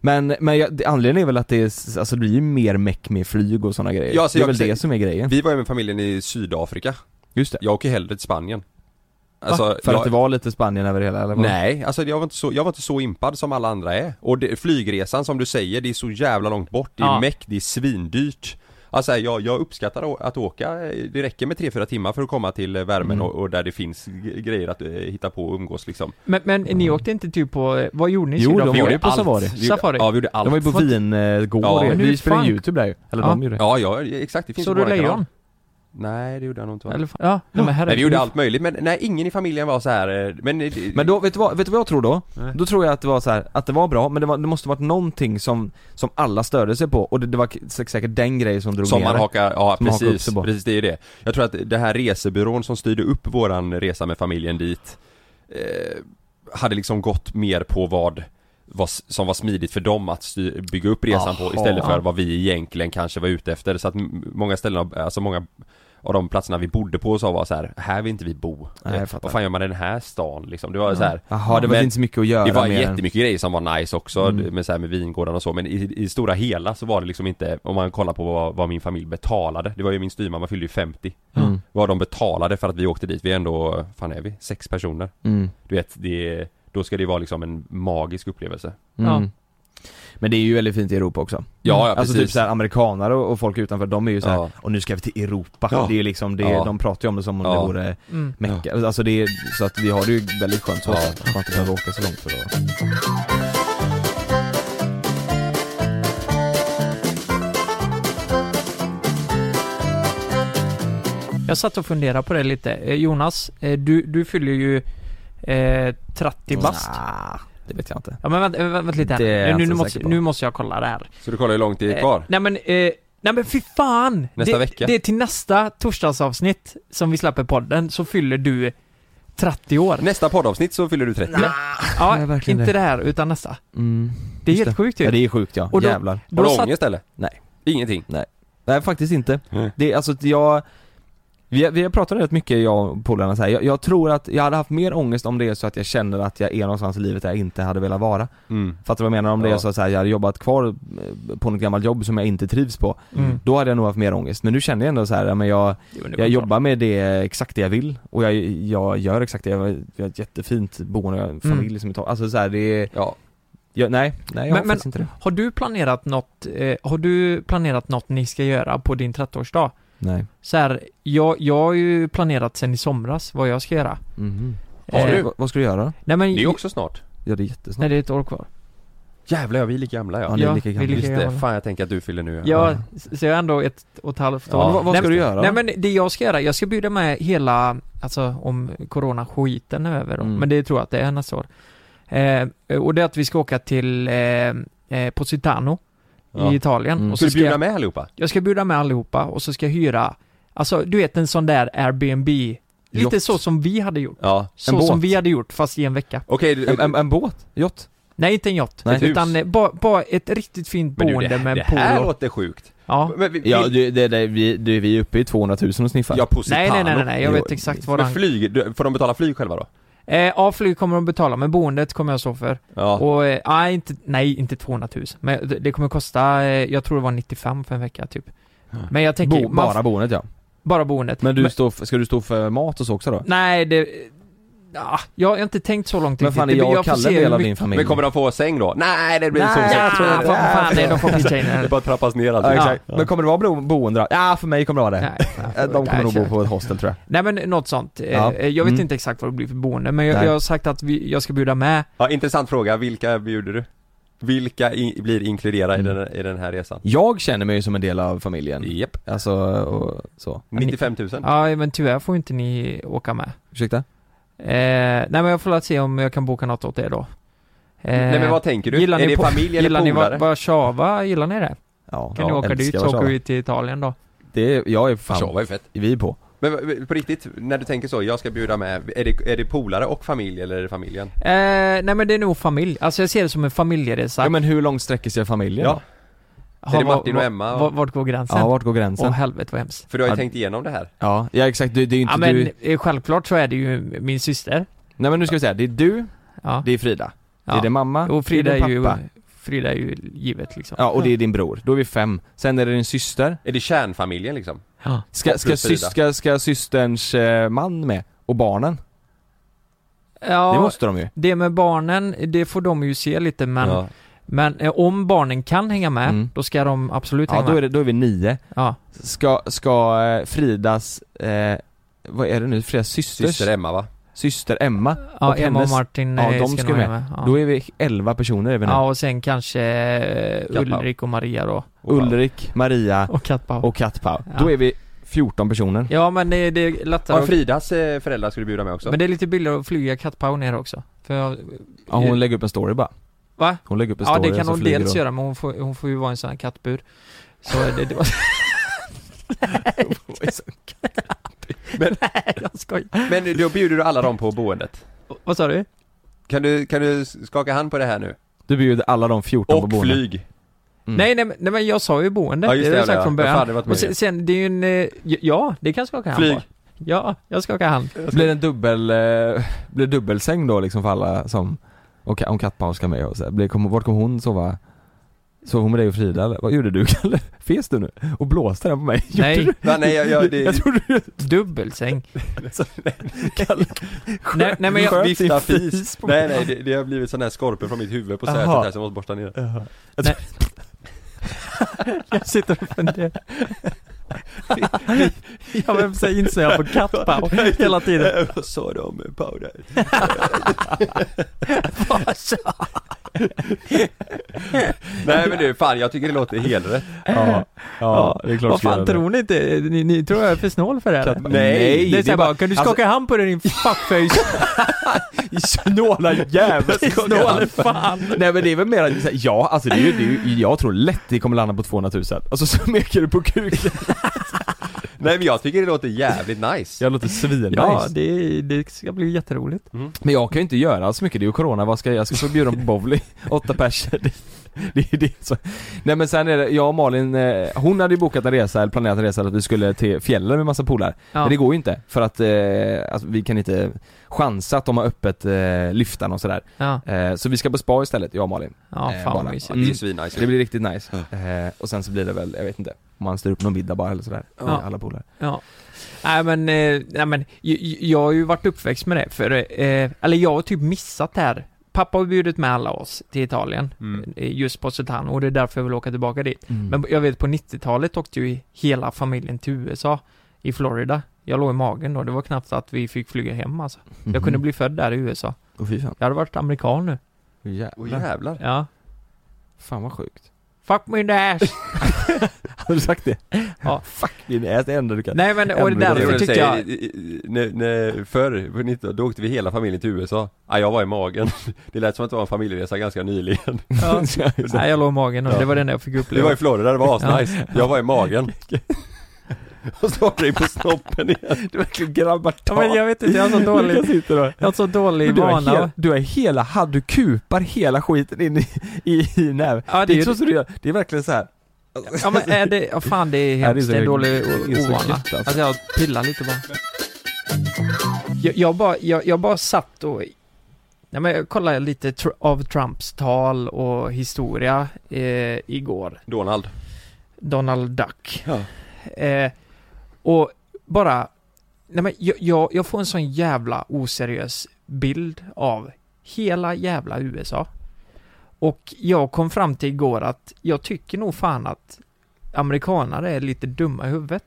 A: Men, men jag, det- anledningen är väl att det är, s- alltså det blir ju mer meck med flyg och sådana grejer.
B: Ja,
A: det
B: så
A: är
B: jag
A: väl
B: kan säga-
A: det som är grejen.
B: Vi var ju med familjen i Sydafrika.
A: Just det.
B: Jag åker hellre till Spanien. Alltså,
A: För
B: jag,
A: att det var lite Spanien över det hela eller? vad?
B: Nej, alltså jag var, inte så, jag var inte så impad som alla andra är. Och det, flygresan som du säger, det är så jävla långt bort, det är
C: Ja.
B: meck, det är svindyrt. Alltså här, jag, jag uppskattar å- att åka, eh, det räcker med 3-4 timmar för att komma till eh, värmen
A: Mm.
B: och, och där det finns g- grejer att eh, hitta på och umgås liksom.
C: Men, men ni åkte inte typ på, eh, vad gjorde ni i
A: Jo, de
C: Sydafrika?
A: var ju på safari.
B: Vi gjorde-
C: Safari?
B: Ja, vi gjorde
A: De
B: allt.
A: var ju på
C: Vad-
A: vingård
B: Ja,
A: och det.
C: men hur
A: Vi spelade
C: fan-
A: YouTube där ju. Eller
C: Ja.
A: de gjorde det.
B: Ja, ja, exakt, det finns
C: Så
B: på
C: du
B: våran kanal.
C: lejon?
B: Nej, det gjorde jag nog inte. va?
C: Eller, ja, nej, men herregud.
B: Nej, vi gjorde allt möjligt, men nej, ingen i familjen var så här. eh, men... eh, det-
A: Men då, vet du vad, vet du vad jag tror då?
B: Nej.
A: Då tror jag att det var så här, att det var bra, men det, var, det måste varit någonting som, som alla störde sig på och det, det var k- sä- säkert den grejen som drog
B: Som
A: ner
B: man
A: det.
B: hakar, ja
A: Som man hakar upp
B: precis,
A: sig på.
B: precis det är det. Jag tror att den här resebyrån som styrde upp våran resa med familjen dit eh, Hade liksom gått mer på vad, vad s- som var smidigt för dem att styr, bygga upp resan på istället för
C: Aha.
B: vad vi egentligen kanske var ute efter. Så att m- många ställen, av- alltså många av de platserna vi bodde på så var så här, här vill inte vi bo.
A: Nej, jag
B: Eh,
A: fattar.
B: vad fan gör man i den här stan liksom? Det var så här
A: Jaha, det var
B: Men-
A: inte så mycket att göra
B: det var
A: mer än-
B: jättemycket grejer som var nice också
A: Mm.
B: med, så här, med vingårdarna och så men i, i stora hela så var det liksom inte Om man kollar på vad, vad min familj betalade Det var ju min styrmamma fyllde ju 50
A: Mm.
B: Vad de betalade för att vi åkte dit, vi är ändå, fan är vi? Sex personer
A: Mm.
B: Du vet, det Då ska det ju vara liksom en magisk upplevelse
A: Mm.
C: Ja.
A: Men det är ju väldigt fint i Europa också.
B: Ja, ja
A: alltså typ
B: precis
A: såhär amerikanare och, och folk utanför, de är ju såhär
B: Ja.
A: Och nu ska vi till Europa,
B: Ja.
A: det är ju liksom det,
B: Ja.
A: de pratar ju om det som om
B: Ja.
A: det vore
C: Mm.
A: Mecka, alltså det är, så att vi har det ju väldigt skönt så
B: Ja.
A: att man inte behöver åka så långt för att
C: Jag satt och funderade på det lite. Eh, Jonas, eh, du, du fyller ju eh, 30 bast.
A: Nja, det vet jag inte
C: Ja men vänta, eh, vänta, vänta lite här.
A: Det är jag
C: nu,
A: inte
C: nu,
A: så
C: måste,
A: säker på.
C: nu måste jag kolla det här.
B: Så du kollar hur långt det är kvar?
C: Eh, nej men, eh, nej men fy fan!
B: Nästa
C: det,
B: vecka.
C: Det är till nästa torsdagsavsnitt som vi släpper podden, så fyller du 30 år.
B: Nästa poddavsnitt så fyller du 30
C: ja,
A: det är verkligen
C: inte
A: det.
C: det. här, utan nästa.
A: mm.
C: Det är
A: Just
C: helt sjukt ju.
A: Ja det är sjukt ja,
C: Och då-
A: jävlar
B: Har
C: Då
B: du
C: satt,
B: ångest eller?
A: Nej.
B: Ingenting?
A: Nej faktiskt inte,
B: Nej.
A: det är alltså att jag vi har, vi har pratat rätt mycket jag och polarna så här. Jag, jag tror att jag hade haft mer ångest om det är så att jag känner att jag är någonstans i livet där jag inte hade velat vara
B: Mm.
A: Fattar du vad jag menar? Om det
B: Ja.
A: är så att så här, jag hade jobbat kvar eh, på något gammalt jobb som jag inte trivs på
C: mm.
A: Då hade jag nog haft mer ångest, men nu känner jag ändå så här, ja, men jag, jag jobbar med det exakt det jag vill och jag, jag gör exakt det jag vill, jag har ett jättefint boende, jag har en
C: Mm.
A: familj som är topp, alltså så här, det är,
B: Ja,
A: jag, nej, nej jag
C: Men-
A: har faktiskt inte det
C: Har du planerat något, eh, har du planerat något ni ska göra på din 30-årsdag?
A: Nej
C: Så här, jag, jag har ju planerat sen i somras vad jag ska göra. Eh,
A: Mhm.
B: Har
A: Så,
B: du?
A: vad, vad ska du göra då?
C: Nej men,
B: det är också snart
A: Ja det är jättesnart
C: nej det är ett år kvar.
B: Jävlar ja, vi är lika gamla ja,
A: Ja, ni är
C: Ja,
A: lika
C: vi är
A: gamla.
C: lika
B: Just det,
C: gamla.
B: fan jag tänker att du fyller nu
C: Ja, så jag är ändå ett och ett halvt år.
B: Ja.
A: Men vad, vad
C: nej,
A: ska du göra?
C: Nej men det jag ska göra, jag ska bjuda med hela, alltså om corona-skiten är över då,
A: Mm.
C: men det tror jag att det är nästa år. Eh, och det är att vi ska åka till eh, eh, Positano
B: Ja.
C: i Italien.
A: Mm.
C: Och
B: Ska
C: så
B: du
C: ska jag,
B: bjuda med allihopa?
C: jag ska bjuda med allihopa och så ska jag hyra, alltså du vet en sån där Airbnb, lite
A: Yacht.
C: så som vi hade gjort.
B: Ja
C: Så
A: båt.
C: som vi hade gjort, fast i en vecka.
B: Okej, du-
A: En, en, en båt? Jott?
C: Nej, inte en yacht.
A: Nej. Ett hus.
C: utan eh, bara, bara ett riktigt fint
B: Men du,
C: boende
B: det,
C: med
B: det
C: en
B: här
C: pool. och-
B: låter sjukt.
C: Ja.
B: Men, vi,
A: Ja
B: vi-
A: det, det, det, vi, det, vi är uppe i 200 000 och sniffar
B: ja, Positano.
C: Nej, nej, nej, nej, jag
A: Jo,
C: vet exakt vad
B: Men
C: han...
B: flyg, du, får de betala flyg själva då?
C: Eh, ja, flyg kommer de betala, men boendet kommer jag stå för.
B: Ja.
C: Och, eh, nej, inte, nej, inte 200 000. Men det, det kommer kosta, eh, jag tror det var 95 för en vecka typ. Men jag tänker,
A: Bo,
C: man-
A: bara boendet ja.
C: bara boendet.
A: Men du står, f- ska du stå för mat och så också då?
C: Nej, det... Ah, jag har inte tänkt så långt
A: Men fan är
C: Det-
A: jag och
C: får
A: Kalle
C: se
A: en
C: hur
A: del av
C: mycket-
A: din familj?
B: Men kommer de få säng då? Nej, det blir en
A: Nej,
B: sovsäck.
C: Ja, fan, fan, nej, de får pitcha in
B: Det
C: en.
B: bara trappas ner alltså.
A: Ja,
B: allting.
A: exakt. Men kommer det vara bo- boende då? Ja, för mig kommer det vara det.
C: Nej,
A: Eh, De kommer
C: nej,
A: nog bo
C: kör.
A: på ett hostel tror jag.
C: Nej men något sånt. Eh,
A: Ja.
C: eh, Jag vet
A: Mm.
C: inte exakt vad det blir för boende, men jag,
A: Nej.
C: jag har sagt att vi, jag ska bjuda med.
B: Ja, intressant fråga. Vilka bjuder du? Vilka i, blir inkluderade
A: Mm.
B: i, den, i den här resan?
A: Jag känner mig ju som en del av familjen.
B: Japp.
A: Alltså, och så.
B: 95 000.
C: Ja, men tyvärr får inte ni åka med.
A: Ursäkta?
C: Eh, nej men jag får väl se om jag kan boka något åt er då. Eh,
B: Nej men vad tänker du?
C: gillar
B: Är
C: ni
B: det
C: på-
B: familj
C: Gillar
B: eller
C: ni va-
B: polare?
C: Warszawa? Gillar ni det?
A: Ja,
C: Kan
A: ja,
C: ni åka
A: älskar
C: dit så
A: Warszawa.
C: åker vi till Italien då.
A: Det är, jag är fan,
B: Warszawa är fett.
A: vi är på.
B: Men v- på riktigt, när du tänker så, jag ska bjuda med, är det, är det polare och familj eller är det familjen?
C: Eh, nej men det är nog familj. Alltså jag ser det som en familjeresa.
A: Ja men hur långt sträcker sig familjen
B: Ja.
A: då?
C: Ha,
B: det
C: va-
B: Martin och
C: va-
B: Emma och-
C: va- Vart går gränsen?
A: Ja,
C: Åh
A: vart går gränsen?
C: helvete vad hemskt.
B: För du har ju
A: Ja.
B: tänkt igenom det här.
A: Ja, ja exakt, det, det är ju inte
C: Ja men
A: du.
C: eh, självklart så är det ju min syster.
A: Nej men nu ska vi säga, det är du,
C: Ja.
A: det är Frida. Det
C: Ja.
A: är det mamma,
C: Och
A: det
C: Frida är
A: är, det
C: ju,
A: pappa.
C: Frida är ju givet liksom.
A: Ja och det är din bror. Då är vi fem. Sen är det din syster.
B: Är det kärnfamiljen liksom?
C: Ja.
A: Ska,
B: Och
A: ska,
B: plus Frida.
A: sys, ska, ska systerns eh, man med? Och barnen?
C: Ja,
A: Det måste de ju.
C: det med barnen, det får de ju se lite men,
B: Ja.
C: men eh, om barnen kan hänga med,
A: Mm.
C: då ska de absolut
A: Ja
C: hänga
A: då är,
C: med.
A: det, då är vi nio.
C: Ja.
A: Ska, ska eh, Fridas, eh, vad är det nu? Fridas systers,
B: Syster Emma va?
A: syster Emma.
C: ja,
A: och
C: Emma och
A: hennes-
C: Martin
A: ja,
C: eh,
A: de
C: ska
A: ska
C: nog
A: med.
C: hänga med. Ja.
A: Då är vi elva personer är vi nu.
C: ja, och sen kanske eh,
B: Katt Pau.
C: Ulrik och Maria då.
A: Ulrik, Maria
C: Och Katpa.
A: och Katpau.
C: Ja.
A: Då är vi 14 personer.
C: Ja men det, det är lättare
B: Ja,
C: att...
B: Fridas eh, föräldrar ska du bjuda med också.
C: Men det är lite billigare att flyga Katpau ner också. För jag,
A: Ja, hon lägger upp en story bara.
C: Va?
A: Hon lägger upp en
C: Ja
A: story
C: det kan
A: och så
C: hon
A: flyger
C: dels
A: hon.
C: göra men hon får, hon får ju vara i en sån här kattbur. Så det, det var...
B: Men-
C: Nej jag skojar.
B: Men då bjuder du alla dem på boendet.
C: Vad sa du?
B: Kan du, kan du skaka hand på det här nu?
A: Du bjuder alla de 14 på
B: Och
A: boendet.
B: flyg!
A: Mm.
C: Nej, nej, men- nej men jag sa ju boende,
B: Ja,
C: det
B: just
C: har
B: det,
C: jag sagt
B: ja.
C: från
B: Ja,
C: början.
B: fan, det var ett
C: och sen, sen det är ju en, eh, ja det kan jag skaka hand
B: Flyg.
C: på. Ja, jag skakar hand.
A: Blir det en dubbel, eh, blir det dubbelsäng då liksom för alla som, och, ka- om Katpaus ska med och så här. Blir, kom, vart kommer hon sova? Sov hon med dig och Frida eller? Vad gjorde du Kalle? Fes du nu? Och blåste den på mig? Gjorde
C: Nej,
A: du?
B: Va, nej jag, jag, det,
A: Jag trodde du
C: dubbelsäng.
A: Alltså, Kalle
C: Nej, nej men jag,
A: sköt
B: vifta
A: din
B: fis.
A: på
B: Nej
A: mig.
B: nej, det, det har blivit sån här skorpor från mitt huvud på
A: Jaha.
B: sätet här så jag måste borsta ner det.
C: jag sitter och funderar. ja men så inser jag på Kattpau hela tiden.
B: Vad sa de om powder?
C: Vad sa
B: Nej men du, fan jag tycker det låter helt rätt.
A: Ja, Äh. ja, det är klart
C: Vad
A: du ska
C: fan
A: göra det.
C: tror ni inte? Ni, ni tror jag är för snål för det här?
A: Kattpau. Nej,
C: det är,
A: det är
C: så här
A: bara- alltså-
C: bara, kan du skaka hand på dig din fuckface?
A: Snåla jävel
C: Snål fan!
A: Nej men det är väl mer att, så här, ja alltså det är ju, det är ju, jag tror lätt vi kommer landa på 200 000 Alltså så meker du på kuken
B: Nej men jag tycker det låter jävligt nice.
A: Jag låter svinnice
C: Ja, det, det ska bli jätteroligt.
A: Men jag kan ju inte göra så mycket, det är ju corona, vad ska jag, jag ska få bjuda dem på bowling, åtta pers Det- det är det som... Nej men sen är det, jag och Malin, eh, hon hade ju bokat en resa, eller planerat en resa att vi skulle till fjällen med massa polare
C: Ja.
A: Men det går ju inte, för att eh, alltså, vi kan inte chansa att de har öppet eh, lyftan och sådär
C: Ja,
A: eh, Så vi ska på spa istället, jag och Malin
C: ja
A: Eh,
C: fan
A: bara.
C: vad mysigt.
B: Det är ju
A: Mm.
B: svinnice.
A: Det blir riktigt nice, eh, och sen så blir det väl, jag vet inte, om man styr upp någon middag bara eller sådär, med
C: Ja.
A: alla polare
C: Ja. Nej men, eh, nej, men jag, jag har ju varit uppväxt med det för, eh, eller jag har typ missat det här. Pappa har bjudit med alla oss till Italien,
B: Mm.
C: eh, just på Sultan och det är därför jag vill åka tillbaka dit.
A: Mm.
C: Men jag vet på 90-talet åkte ju hela familjen till USA, i Florida. Jag låg i magen då, det var knappt att vi fick flyga hem alltså. Jag kunde bli född där i USA.
A: Mhm. Åh fy fan,
C: Jag hade varit amerikan nu.
A: Åh,
B: Åh
A: jävlar,
B: jävlar.
C: Ja.
A: fan vad sjukt
C: Fuck me in the ass!
A: Har du sagt det?
C: Ja.
A: Fuck din ass, det enda du kan
C: Nej men, och
A: Ändå går det
C: därför
A: att
C: tyckte jag...
B: när, när, förr, på 19, då åkte vi hela familjen till USA. Ja, jag var i magen. Det lät som att det var en familjeresa ganska nyligen.
C: Ja. Nej jag låg i magen och
B: Ja.
C: det var det enda jag fick
B: Vi var i
C: uppleva.
B: Florida, det var
C: Ja.
B: asnice. Jag var i magen. Och så var det på snoppen igen.
A: Du verkligen grabbar
C: Ja, men jag vet inte, jag har så dålig... Jag har så dålig
A: Du har,
C: vana.
A: hela, du har hela hand, du kupar hela skiten in i, i, i näven.
C: Ja,
A: Det
C: det
A: är
C: är
A: inte så du gör, det är verkligen så här.
C: Ja men är det, ja, fan det
A: Ja,
C: är
A: det är
C: hemskt,
A: så
C: det är en
A: hög-
C: dålig Alltså-
A: det är så
C: ovana.
A: gött, alltså.
C: Alltså jag pillar lite bara. Jag, jag, bara, jag, jag bara satt och Nej, men jag kollade lite tr- av Trumps tal och historia eh, igår.
B: Donald.
C: Donald Duck.
B: Ja.
C: Eh, och bara, nej men jag, jag, jag får en sån jävla oseriös bild av hela jävla USA. Och jag kom fram till igår att jag tycker nog fan att amerikanare är lite dumma i huvudet.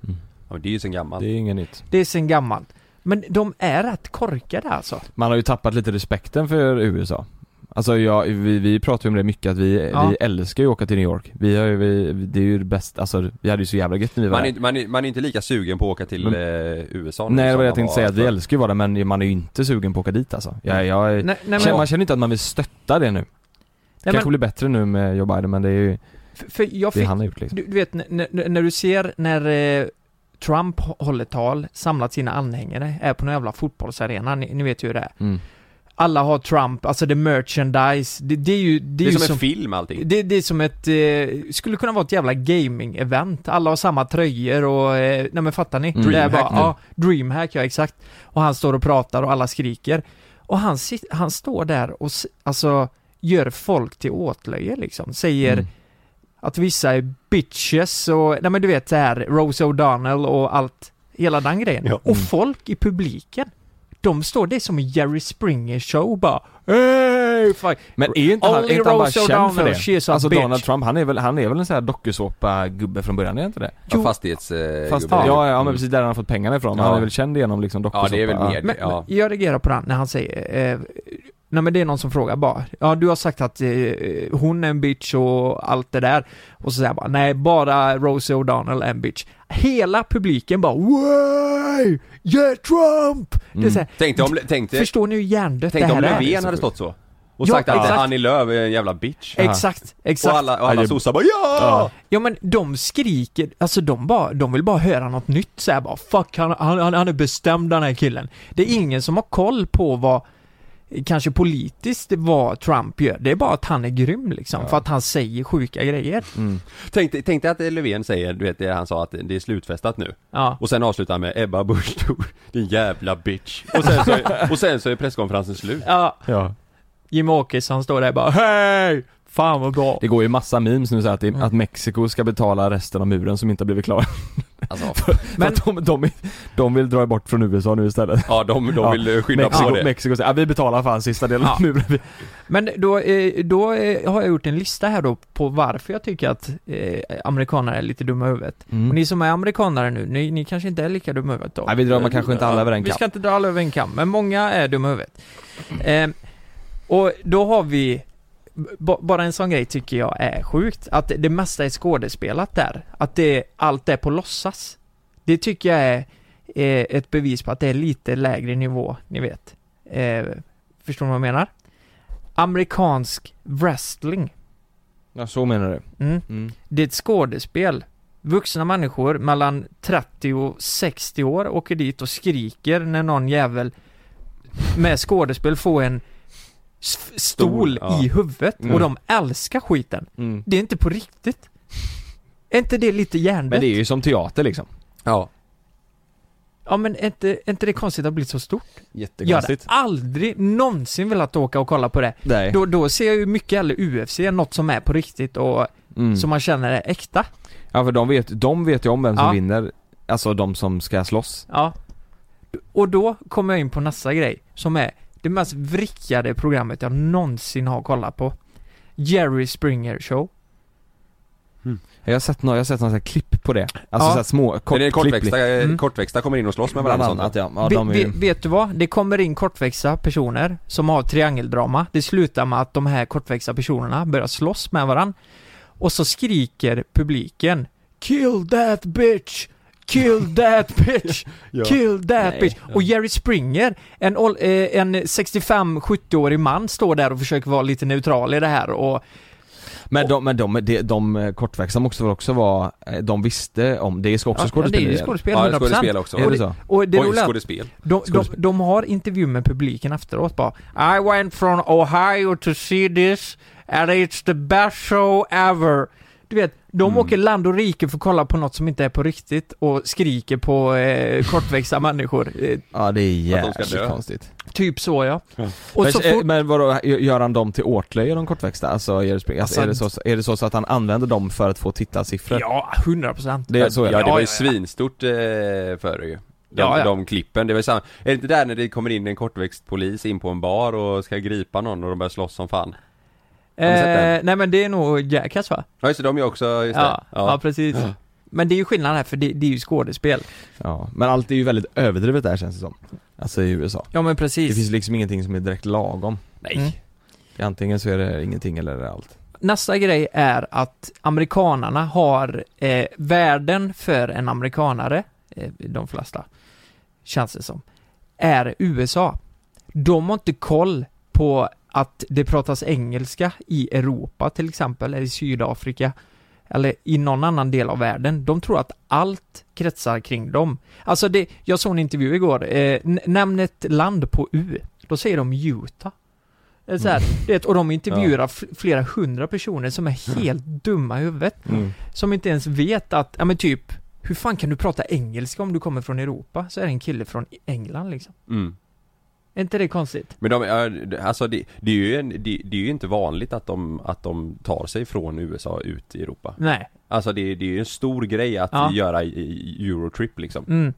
B: Ja, men det är ju sen gammalt.
A: Det är inget nytt.
C: Det är sen gammalt. Men de är rätt korkade alltså.
A: Man har ju tappat lite respekten för USA. Alltså jag, vi, vi pratar ju om det mycket att vi,
C: Ja.
A: vi älskar ju att åka till New York. Vi har ju, vi, det är ju det bästa, alltså vi hade ju så jävla gött när vi var
B: Man är,
A: där.
B: inte- man, är, man är inte lika sugen på att åka till
A: Men-
B: eh, USA nu
A: Nej det var
B: som
A: det
B: man
A: jag tänkte säga, att vi
B: förr.
A: älskar ju att vara där men man är ju inte sugen på att åka dit alltså. Jag, jag,
C: Nej, nej,
A: känner- man känner inte att man vill stötta det nu. Det
C: nej,
A: kanske
C: men
A: blir bättre nu med Joe Biden men det är ju
C: för, för jag
A: det
C: fick
A: han har gjort liksom.
C: Du, du vet, när, när, när du ser när eh, Trump håller tal, samlat sina anhängare, är på någon jävla fotbollsarena, ni, ni vet ju hur det är.
A: Mm.
C: Alla har Trump, alltså det är merchandise, det, det är ju...
B: Det
C: Det
B: är,
C: är, ju
B: som,
C: som,
B: en film allting.
C: det, det är som ett, eh, skulle kunna vara ett jävla gaming-event. Alla har samma tröjor och, eh, nej men fattar ni?
A: Mm.
C: Det är
B: Dreamhack
C: bara,
B: nu.
C: ja, Dreamhack, ja exakt. Och han står och pratar och alla skriker. Och han, sit, han står där och, s- alltså, gör folk till åtlöje liksom. Säger
A: Mm.
C: att vissa är bitches och, nej men du vet så här, Rose O'Donnell och allt, hela den grejen.
B: Ja. mm.
C: Och folk i publiken, de står, det är som en Jerry Springer show bara Hey, fuck.
A: Men är inte han, är
C: Only
A: inte han bara
C: Rose
A: känd för
C: O'Donnell,
A: det?
C: she's a
A: Alltså
C: bitch.
A: Donald Trump, han är väl, han är väl en sån här dokusåpa-gubbe från början, är han inte det?
B: Ja,
C: Jo.
B: fastighets... Eh,
A: Fast,
B: gubben.
A: ja, ja, ja men precis, där han har fått pengarna ifrån.
B: Ja.
A: Han är väl känd genom liksom
B: Ja
A: dokusåpa.
B: det är väl mer
C: Men,
B: ja.
C: men jag reagerar på den när han säger, eh, nej men det är någon som frågar bara, ja du har sagt att eh, hon är en bitch och allt det där. Och så säger han bara, nej bara Rosie O'Donnell är en bitch. Hela publiken bara, way! Yeah Trump! Det är så här,
B: Tänkte om, tänkte,
C: Förstår ni hur hjärndött det
B: tänkte
C: här
B: om
C: är?
B: Löfven hade stått så. Och
C: Ja,
B: sagt att
C: exakt.
B: Annie Lööf är en jävla bitch.
C: Exakt,
B: Och
C: exakt.
B: alla, och alla
A: Ja, det-
B: sossar bara ja!
C: Ja men de skriker, alltså de bara, de vill bara höra något nytt så här bara fuck han, han, han han är bestämd den här killen. Det är ingen som har koll på vad eh, Kanske politiskt vad Trump gör, det är bara att han är grym liksom för att han säger sjuka grejer.
B: Tänkte, tänkte att Löfven säger, du vet det han sa att det är slutfestat nu.
C: Ja.
B: Och sen avslutar han med Ebba Busch Thor, din jävla bitch. Och sen så är, och sen så är presskonferensen slut.
C: ja,
A: Ja.
C: Jimmy Åkesson står där bara hej! Fan vad bra!
A: Det går ju massa memes nu så här att, det,
B: Mm.
A: att Mexiko ska betala resten av muren som inte har blivit klar.
B: Alltså,
A: Men... att de, de, de vill dra bort från USA nu istället.
B: ja de, de vill eh, skynda på
A: Mexiko,
B: det.
A: Mexiko säger, ja, vi betalar fan sista delen av
C: Ja.
A: muren. Vi-
C: Men då, eh, då eh, har jag gjort en lista här då på varför jag tycker att eh, amerikanare är lite dumma i huvudet.
A: Mm.
C: Och ni som är amerikanare nu, ni, ni kanske inte är lika dumma i huvudet då?
A: Nej, vi drar man kanske inte alla över en
C: Vi
A: kam.
C: ska inte dra alla över en kam, men många är dumma i huvudet. Eh, och då har vi, b- bara en sån grej tycker jag är sjukt, att det mesta är skådespelat där. Att det, allt är på låtsas. Det tycker jag är eh, ett bevis på att det är lite lägre nivå, ni vet. Eh, förstår ni vad jag menar? Amerikansk wrestling.
A: Ja, så menar du.
C: Mm.
A: Mm.
C: Det är ett skådespel. Vuxna människor mellan 30 och 60 år åker dit och skriker när någon jävel med skådespel får en s- stol
B: ja.
C: i huvudet
A: Mm.
C: och de älskar skiten. Det är inte på riktigt. Är inte det lite
A: Men
C: hjärndött?
A: det är ju som teater liksom.
B: Ja.
C: Ja men är inte, är inte det konstigt att det blivit så stort? Jag hade
A: Jättekonstigt.
C: aldrig någonsin velat åka och kolla på det.
A: Nej.
C: Då, då ser jag ju mycket hellre UFC än något som är på riktigt och
A: Mm.
C: som man känner är äkta.
A: Ja för de vet, de vet ju om vem som
C: Ja.
A: vinner, alltså de som ska slåss.
C: Ja. Och då kommer jag in på nästa grej, som är det mest vrickade programmet jag någonsin har kollat på. Jerry Springer Show.
A: Jag har sett några, jag har sett några så här klipp på det. Alltså
C: Ja.
A: så här små,
B: Kort,
A: kort,
B: det är kortväxta,
C: Mm.
B: kortväxta kommer in och slåss med
A: Bland
B: varandra och
A: annat
B: sånt.
A: ja. ja
C: Ve-
A: de är
C: ve-
A: ju,
C: vet du vad? Det kommer in kortväxta personer som har triangeldrama. Det slutar med att de här kortväxta personerna börjar slåss med varandra. Och så skriker publiken Kill that bitch! Kill that bitch! Kill that
A: Nej.
C: bitch! Och Jerry Springer, en, ol- eh, en 65-70-årig man, står där och försöker vara lite neutral i det här och
A: men de, men de, de, de eh, kortväxta måste väl också vara, eh, de visste om, det är också skådespeleri?
C: Ja, det är ju
A: eller?
C: skådespel,
B: Ja,
C: 100%.
B: skådespel också.
A: Är det så?
C: Och det
B: Oj,
C: roliga är att
B: skådespel.
C: de, de, de har intervju med publiken efteråt bara I went from Ohio to see this and it's the best show ever Du vet, de
B: Mm.
C: åker land och rike för att kolla på något som inte är på riktigt och skriker på eh, kortväxta människor. Eh,
A: Ja det är
B: Att de ska
A: jävligt
B: dö.
A: konstigt.
C: typ så ja. Och
A: men,
C: så
A: eh,
C: fort...
A: men vadå, gör han dem till åtlöje de kortväxta? Alltså, är det, sp- alltså, är, det så, är det så så att han använder dem för att få tittarsiffror?
C: Ja, 100 procent.
A: Det är så
B: ja,
A: är det.
B: det var
C: Ja,
B: ju
C: ja, ja.
B: svinstort eh, förr ju. De,
C: Ja, ja.
B: de klippen, det var ju samma. Är det inte där när det kommer in en kortväxt polis in på en bar och ska gripa någon och de börjar slåss som fan?
C: Eh,
B: Har ni sett den?
C: nej men det är nog Jackass va?
B: Ja just det, de är också, just
C: Ja,
B: det.
C: ja. precis. Men det är ju skillnad här för det, det är ju skådespel.
A: Ja, men allt är ju väldigt överdrivet där känns det som. Alltså i USA.
C: Ja men
A: Det
C: precis.
A: finns liksom ingenting som är direkt lagom.
B: Nej.
C: Mm.
A: Antingen så är det ingenting eller är det allt.
C: Nästa grej är att amerikanarna har eh, värden för en amerikanare, eh, de flesta, känns det som, är USA. De har inte koll på att det pratas engelska i Europa till exempel, eller i Sydafrika, eller i någon annan del av världen. De tror att allt kretsar kring dem. Alltså det, jag såg en intervju igår, eh, n- nämn ett land på U, då säger de Utah. Det är Så här, du vet, och de intervjuar f- flera hundra personer som är helt dumma i huvudet.
A: Mm.
C: Som inte ens vet att, ja men typ, hur fan kan du prata engelska om du kommer från Europa? Så är det en kille från England liksom.
B: Mm.
C: Är inte det konstigt?
B: Men de, ja, det- alltså det, det, är ju en, det, det är ju inte vanligt att de, att de tar sig från USA ut i Europa.
C: Nej.
B: Alltså det, det är ju en stor grej att
C: Ja.
B: göra i- i Eurotrip liksom.
C: Mm.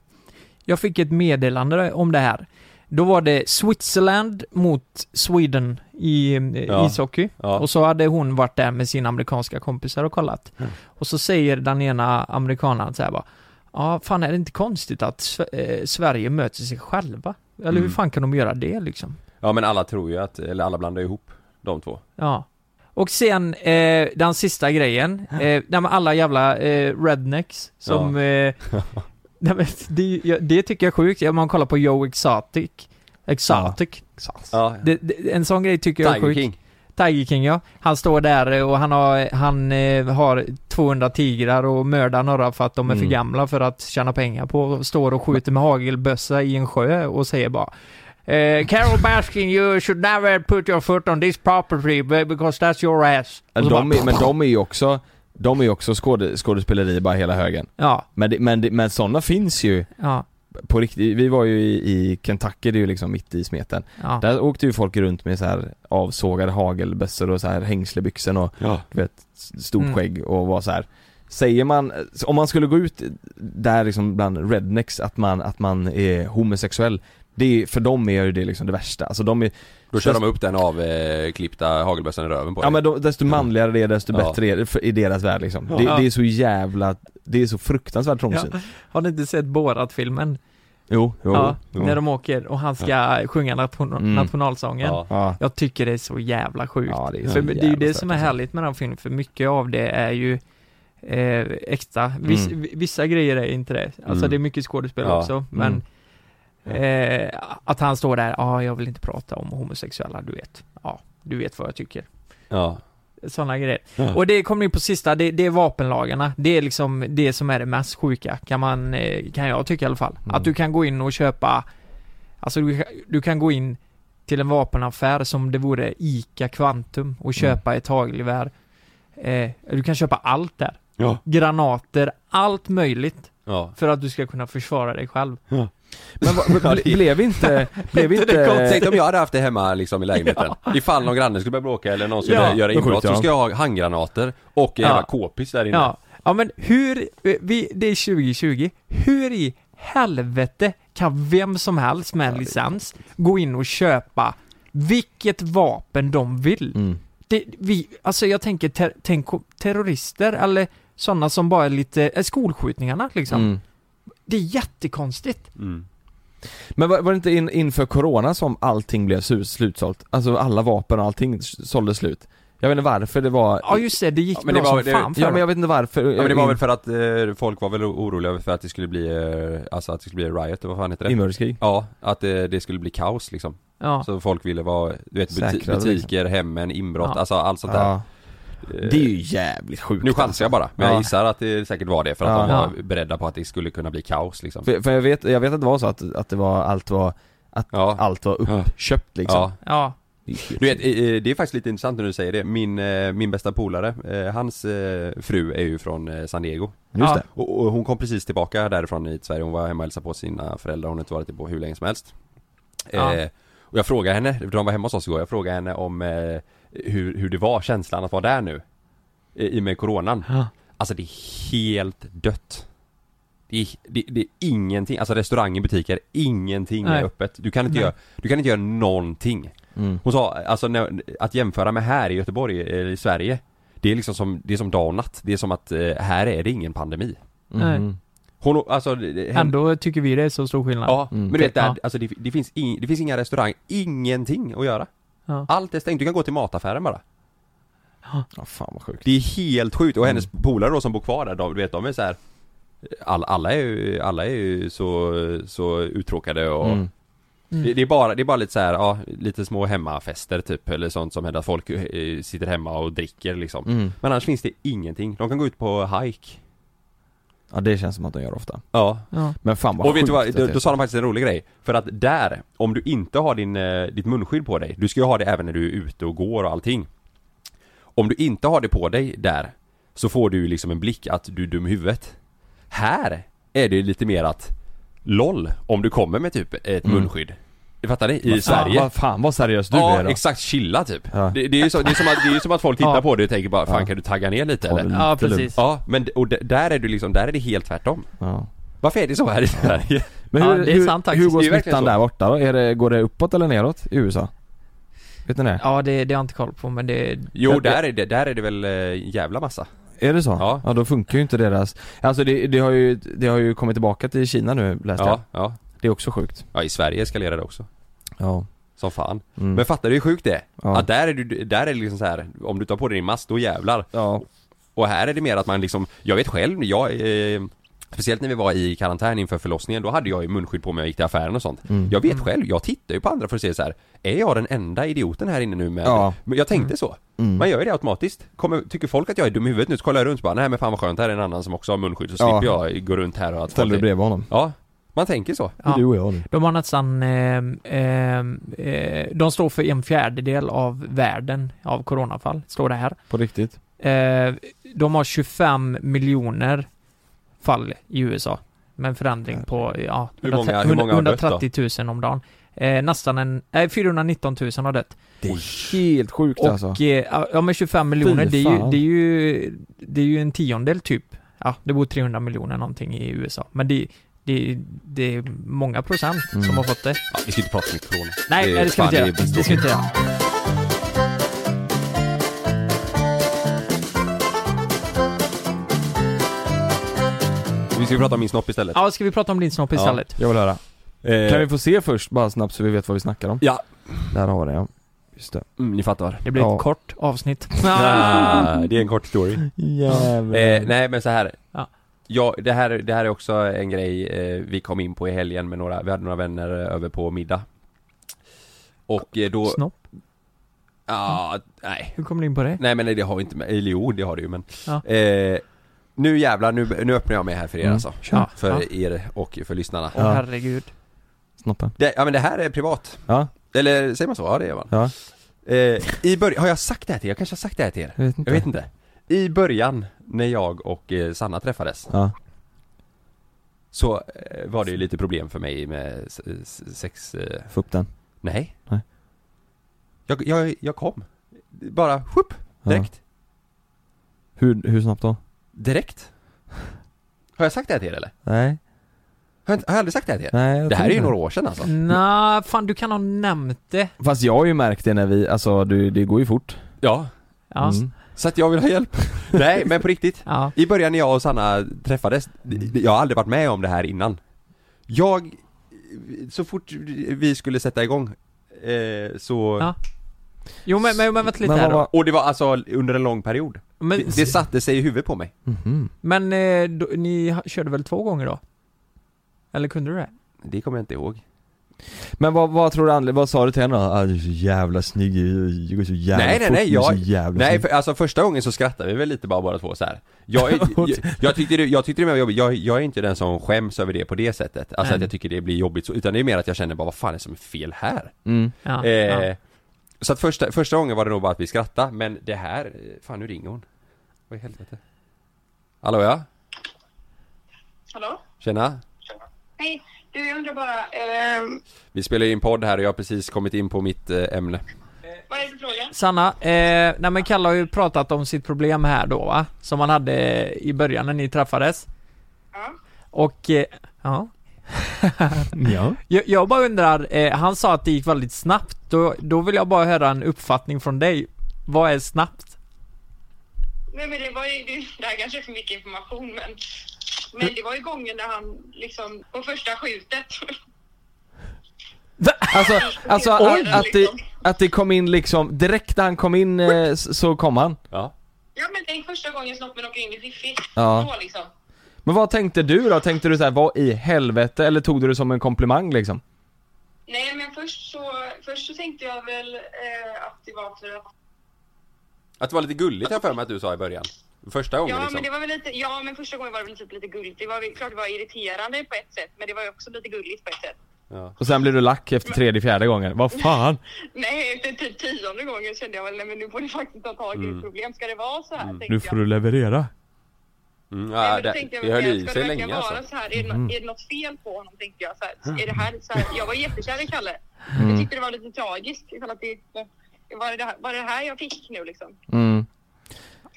C: Jag fick ett meddelande om det här. Då var det Switzerland mot Sweden i eh,
B: Ja.
C: ishockey.
B: Ja.
C: Och så hade hon varit där med sina amerikanska kompisar och kollat.
B: Mm.
C: Och så säger den ena amerikanen så här bara, ja fan är det inte konstigt att Sve- eh, Sverige möter sig själva? Eller hur
B: Mm.
C: fan kan de göra det liksom?
B: Ja men alla tror ju att, eller alla blandar ihop de två.
C: Ja. Och sen eh, den sista grejen, eh, nej, men alla jävla eh, rednecks som... Eh, nej, men det, ja, det tycker jag är sjukt, Ja, man kollar på Joe Exotic. Exotic.
B: Ja.
C: Det, det, en sån grej tycker jag är
B: Tiger
C: sjuk.
B: King.
C: Tiger King ja. Han står där eh, och han har, han eh, har 200 tigrar och mördar några för att de är för
A: Mm.
C: gamla för att tjäna pengar på. Och Står och skjuter med hagelbössa i en sjö och säger bara eh, Carol Baskin you should never put your foot on this property because that's your ass. Och så
A: De
C: bara,
A: är, men de är ju också, de är ju också skåde, skådespeleri bara hela högen.
C: Ja,
A: Men, det, men, det, men sådana finns ju
C: ja,
A: på riktigt. Vi var ju i, i Kentucky, det är ju liksom mitt i smeten.
C: ja.
A: Där åkte ju folk runt med så här avsågade hagelbössor och så här hängslebyxor och
B: Ja.
A: stort
C: Mm.
A: skägg och var så här. Säger man, om man skulle gå ut där liksom bland rednecks att man, att man är homosexuell det är, för dem är ju det liksom det värsta, alltså de är,
B: Då kör de upp den avklippta hagelbössan i röven på
A: ja
B: dig.
A: men de, desto manligare det är desto
B: Ja.
A: bättre är det för, i deras värld liksom.
B: Ja.
A: Det, det är så jävla, det är så fruktansvärt trångsynt.
C: Har ni inte sett Borat-filmen?
A: Jo, jo.
C: Ja,
A: jo.
C: när de åker och han ska sjunga nation-
A: Mm.
C: nationalsången.
B: Ja.
A: ja.
C: Jag tycker det är så jävla sjukt.
A: Ja, det är så
C: för det är ju
A: jävla
C: det som
A: stört,
C: är
A: alltså.
C: härligt med den filmen, för mycket av det är ju eh, äkta. Viss,
A: Mm.
C: Vissa grejer är inte det. Alltså
B: Mm.
C: det är mycket skådespel
B: Ja.
C: också, men eh, att han står där, ja ah, jag vill inte prata om homosexuella, du vet. Ja, du vet vad jag tycker.
B: Ja.
C: Sådana grejer.
B: Ja.
C: Och det kommer in på sista, det, det är vapenlagarna. Det är liksom det som är det mest sjuka, kan man, eh, kan jag tycka i alla fall.
A: Mm.
C: Att du kan gå in och köpa, alltså du, du kan gå in till en vapenaffär som det vore ICA Kvantum och köpa ett hagelgevär. Eh, du kan köpa allt där.
B: Ja.
C: Granater, allt möjligt
B: Ja.
C: för att du ska kunna försvara dig själv.
A: Men vad- ble, blev inte, blev inte,
B: Tänk om jag hade haft det hemma liksom i lägenheten. Ifall någon granne skulle börja bråka eller någon skulle
C: Ja.
B: göra
A: Då skjuter
B: inbrott så
A: jag.
B: ska jag ha handgranater och en
C: Ja.
B: jävla k-pist där inne.
C: Ja, ja men hur, eh, vi, det är 2020, hur i helvete kan vem som helst med en licens gå in och köpa vilket vapen de vill?
A: Mm.
C: Det, vi, alltså jag tänker, ter, tänk om terrorister eller sådana som bara är lite, eh, skolskjutningarna liksom.
A: Mm.
C: Det är jättekonstigt.
B: Mm.
A: Men var, var det inte in, inför corona som allting blev su- slutsålt? Alltså alla vapen och allting s- sålde slut Jag vet inte varför det var
C: Ja just det, det gick
B: Ja,
C: bra
B: men det var-
C: som
B: det-
C: fan för
A: Ja men jag
C: dem.
A: vet inte varför
B: Ja, men det var väl för att eh, folk var väl oroliga över för att det skulle bli, eh, alltså att det skulle bli riot, vad fan heter det?
A: Inbördeskrig?
B: Ja, att eh, det skulle bli kaos liksom.
C: Ja.
B: Så folk ville vara, du vet buti-
A: Säkra,
B: butiker, hemmen, inbrott,
C: Ja.
B: alltså allt sånt där.
A: liksom. Ja.
B: Eh,
A: Det är ju jävligt sjukt alltså.
B: Nu chansar jag bara, men
A: Ja.
B: jag gissar att det säkert var det för att
C: Ja.
B: de var beredda på att det skulle kunna bli kaos liksom.
A: För, för jag, vet, jag vet att det var så att, att det var, allt var,
B: Ja,
A: allt var uppköpt liksom
B: ja.
C: Ja,
B: Du vet, eh, eh, det är faktiskt lite intressant när du säger det. Min, eh, min bästa polare, eh, hans eh, fru är ju från eh, San Diego.
A: Just
C: Ja.
A: det.
B: Och, och hon kom precis tillbaka därifrån hit till Sverige, hon var hemma och hälsade på sina föräldrar, hon har inte varit där på hur länge som helst
C: Ja.
B: eh, Och jag frågade henne, de var hemma hos oss igår, jag frågade henne om eh, hur, hur det var, känslan att vara där nu eh, I och med coronan
C: Ja.
B: Alltså det är helt dött det är, det, det är ingenting, alltså restauranger, butiker, ingenting
C: Nej.
B: är öppet Du kan inte
C: Nej.
B: göra, du kan inte göra någonting
A: Mm.
B: Hon sa, alltså när, att jämföra med här i Göteborg, eller i Sverige Det är liksom som, det är som dag och natt, det är som att eh, här är det ingen pandemi
C: Nej.
A: Mhm.
B: hon, alltså, det- Mm. det- hen-
C: Ändå tycker vi det är så stor skillnad.
B: Ja,
A: Mm.
B: men du vet där,
C: Ja.
B: alltså, det, det, finns ing, det finns inga restaurang, ingenting att göra
C: Ja.
B: Allt är stängt, du kan gå till mataffären bara
A: Ja, fan vad sjukt.
B: Det är helt sjukt, och hennes
A: Mm.
B: polare då som bor kvar där, de, du vet de är så här. All, alla är ju, alla är ju så, så uttråkade och
A: Mm.
B: det, det, är bara, det är bara lite så här, ja, lite små hemmafester typ eller sånt som händer att folk eh, sitter hemma och dricker liksom
A: Mm.
B: Men annars finns det ingenting, de kan gå ut på hike
A: Ja det känns som att de gör ofta.
B: Ja,
C: Ja.
A: Men fan vad
B: Och vet
A: sjukt
B: du vad,
A: att
B: då,
A: det-
B: då sa de faktiskt en rolig grej. För att där, om du inte har din, eh, ditt munskydd på dig, du ska ju ha det även när du är ute och går och allting. Om du inte har det på dig där, så får du ju liksom en blick att du är dum i huvudet. Här är det lite mer att, LOL, om du kommer med typ ett munskydd. Fattar ni? I Sverige.
A: Fan, Mm. vad, fan vad seriös du
B: ja,
A: blir då.
B: exakt, chilla typ.
A: Ja.
B: Det, det, är ju så, det, är som att, det är ju som att folk tittar
C: Ja.
B: på dig och tänker bara, fan
A: Ja.
B: kan du tagga ner lite
A: Ja,
B: eller?
A: men-
C: ja,
A: Lite lugnt.
C: precis.
B: Ja, men och d- där är du liksom, där är det helt tvärtom.
A: ja.
B: Varför är det så här i Sverige?
A: Men
C: Ja,
A: hur,
C: det är sant
A: hur, hur
C: faktiskt.
A: går
B: Det är verkligen
A: smittan
B: så.
A: där borta då? Är det, går det uppåt eller neråt i USA? Vet ni det?
C: Ja, det, det har jag inte koll på men det...
B: Jo,
A: Jag-
B: där är det, där är det väl eh, jävla massa.
A: Är det så?
B: Ja.
A: ja då funkar ju inte deras... Alltså det, det, har ju, det har ju kommit tillbaka till Kina nu läste jag.
B: Ja, ja.
A: Det är också sjukt.
B: Ja, i Sverige eskalerar det också.
A: Ja.
B: Som fan.
A: Mm.
B: Men fattar du hur sjukt det är?
A: Ja.
B: Att där är du, där är det liksom så här, om du tar på dig din mask, då jävlar.
A: ja.
B: Och här är det mer att man liksom, jag vet själv, jag, eh, speciellt när vi var i karantän inför förlossningen, då hade jag ju munskydd på mig när jag gick till affären och sånt.
A: Mm.
B: Jag vet själv, jag tittar ju på andra för att se så här, är jag den enda idioten här inne nu med?
A: Ja. Mm.
B: Men jag tänkte så. Man gör ju det automatiskt. Kommer, tycker folk att jag är dum i huvudet nu så kollar jag runt och bara, nej men fan vad skönt, här är en annan som också har munskydd så
A: Ja.
B: slipper jag gå runt här och att
A: Ställer
B: folk
A: du
B: är-
A: bredvid honom?
B: Ja, man tänker så.
C: Ja.
A: Du och jag nu.
C: De har nästan... Eh, eh, eh, de står för en fjärdedel av världen av coronafall, står det här.
A: På riktigt?
C: Eh, de har 25 miljoner fall i USA. Med en förändring på, ja,
B: Hur många- hur
C: 100
B: många har dött då?
C: 130 000 om dagen. Eh, nästan en, nej 419 000 har dött.
A: Det är helt sjukt
C: Och,
A: alltså.
C: eh, ja men 25 miljoner, det är, ju,
A: fan.
C: det, är ju, det är ju en tiondel typ. Ja, det bor 300 miljoner någonting i USA. Men det, det, det är många procent
A: Mm.
C: som har fått det.
B: Ja, vi ska inte prata så mycket corona.
C: Nej, nej, det ska vi inte göra.
B: fan,
C: Det ska vi inte göra.
B: Vi ska prata om min snopp istället.
C: Ja, ska vi prata om din snopp istället?
A: Jag vill höra.
B: Eh,
A: Kan vi få se först bara snabbt så vi vet vad vi snackar om?
B: Ja.
A: Där har vi det ja. Just det.
B: mm, ni fattar.
C: Det blir
A: Ja.
C: ett kort avsnitt.
B: Ah, det är en kort story. Eh,
A: Jävlar.
B: nej men så här.
C: Ja.
B: Ja, det här, det här är också en grej eh, vi kom in på i helgen med några, vi hade några vänner eh, över på middag. Och eh, då,
C: Snopp?
B: ja, nej.
C: Hur kom du in på det?
B: Nej men nej, det har vi inte med, eller jo det har det ju men.
C: Ja.
B: Eh, nu jävlar, nu, nu öppnar jag mig här för er
A: Mm.
B: alltså.
C: Kör.
B: För
C: Ja.
B: er och för lyssnarna.
C: Åh
A: Ja.
C: herregud.
A: Snoppen.
B: Det, ja men det här är privat.
A: Ja.
B: Eller säger man så? Ja det gör man.
A: Ja.
B: Eh, I början, har jag sagt det här till er? Jag kanske har sagt det här till er?
A: Jag vet inte.
B: Jag vet inte. I början, när jag och eh, Sanna träffades,
A: Ja.
B: så eh, var det ju lite problem för mig med s- s- sex... Eh,
A: Få upp den.
B: nej.
A: Nej.
B: Jag, jag, jag kom. Bara, whoop,
A: Ja.
B: direkt.
A: Hur, hur snabbt då?
B: Direkt. Har jag sagt det här till er eller?
A: Nej.
B: Har jag, inte- har jag aldrig sagt det här till er?
A: Nej. jag
B: det här
A: tror
B: är ju
A: inte.
B: några år sedan alltså.
C: Nej, fan du kan ha nämnt det.
A: Fast jag har ju märkt det när vi, alltså du, det går ju fort.
B: Ja.
C: Ja.
A: Mm.
B: Så att jag vill ha hjälp. nej, men på riktigt.
C: ja.
B: I början när jag och Sanna träffades, d- jag har aldrig varit med om det här innan Jag, så fort vi skulle sätta igång eh, så
C: Ja. Jo men, men, men vänta lite
A: Men
C: här
A: vad
C: då.
A: var...
B: Och det var alltså under en lång period
C: Men,
B: Det, det satte sig i huvudet på mig
A: Mhm.
C: men eh, då, ni ha- körde väl två gånger då? Eller kunde du det?
B: Det kommer jag inte ihåg
A: Men vad, vad tror du, anled- vad sa du till henne då? Ah, du är så jävla snygg, du går så jävla
B: Nej, nej,
A: fort,
B: nej,
A: du är så
B: jag-
A: jävla
B: Nej
A: snygg.
B: för, alltså första gången så skrattade vi väl lite bara båda två så här. Jag, är- jag, jag tyckte det, jag tyckte det var jobbigt, jag, jag är inte den som skäms över det på det sättet Alltså
C: Nej.
B: att jag tycker det blir jobbigt så, utan det är mer att jag känner bara vad fan är det som är fel här?
A: Mm.
C: Ja.
B: Eh,
C: ja.
B: Så att första, första gången var det nog bara att vi skrattade, men det här, eh, fan nu ringer hon. Vad i helvete? Hallå ja?
E: Hallå?
B: Tjena?
E: Hej. Du, jag undrar bara, eh,
B: Vi spelar ju in podd här och jag har precis kommit in på mitt eh, ämne.
E: vad är det för fråga?
C: Sanna, eh, nej men Kalle har ju pratat om sitt problem här då va? Som han hade i början när ni träffades.
E: Ja.
C: Och, eh, ja.
D: Ja.
C: Jag, jag bara undrar, eh, han sa att det gick väldigt snabbt. Då, då vill jag bara höra en uppfattning från dig. Vad är snabbt?
E: Nej, men det var ju, det, det här kanske är för mycket information, men, men det var ju gången när han liksom, på första skjutet.
A: Alltså, alltså
E: Oj.
A: att, att, det, att det kom in liksom, direkt när han kom in eh, s- så kom han.
B: Ja.
E: ja, men tänk första gången snoppen åker in i Fiffi.
A: Ja.
E: Då liksom.
A: Men vad tänkte du då? Tänkte du så här, vad i helvete? Eller tog du det som en komplimang liksom?
E: Nej, men först så, först så tänkte jag väl eh, att det var för att
B: Att det var lite gulligt har jag för mig att du sa i början. Första gången
E: Ja,
B: liksom.
E: men det var väl lite, ja, men första gången var det väl typ lite gulligt. Det var väl- klart det var irriterande på ett sätt, men det var ju också lite gulligt på ett sätt.
B: Ja.
A: Och sen blev du lack efter tredje, fjärde gången. Vad fan?
E: Nej, efter typ tionde gången kände jag väl, nej men nu får du faktiskt ta tag i ditt problem. Ska det vara så här? Tänkte
A: Nu
E: jag.
A: får du leverera.
B: Mm,
E: Nej,
B: ja,
E: men då
B: det,
E: tänkte jag
B: det
E: väl
B: höll
E: mer,
B: i
E: ska
B: sig
E: det verkligen
B: länge
E: vara
B: alltså.
E: så här? Är det, nå- är det något fel på honom tänkte jag. Så här, är det här, så här? Jag var jättekär i Kalle.
B: Mm.
E: Jag tyckte det var lite tragiskt. Ifall att det, var, det det här, var det det här jag fick nu liksom?
A: Mm.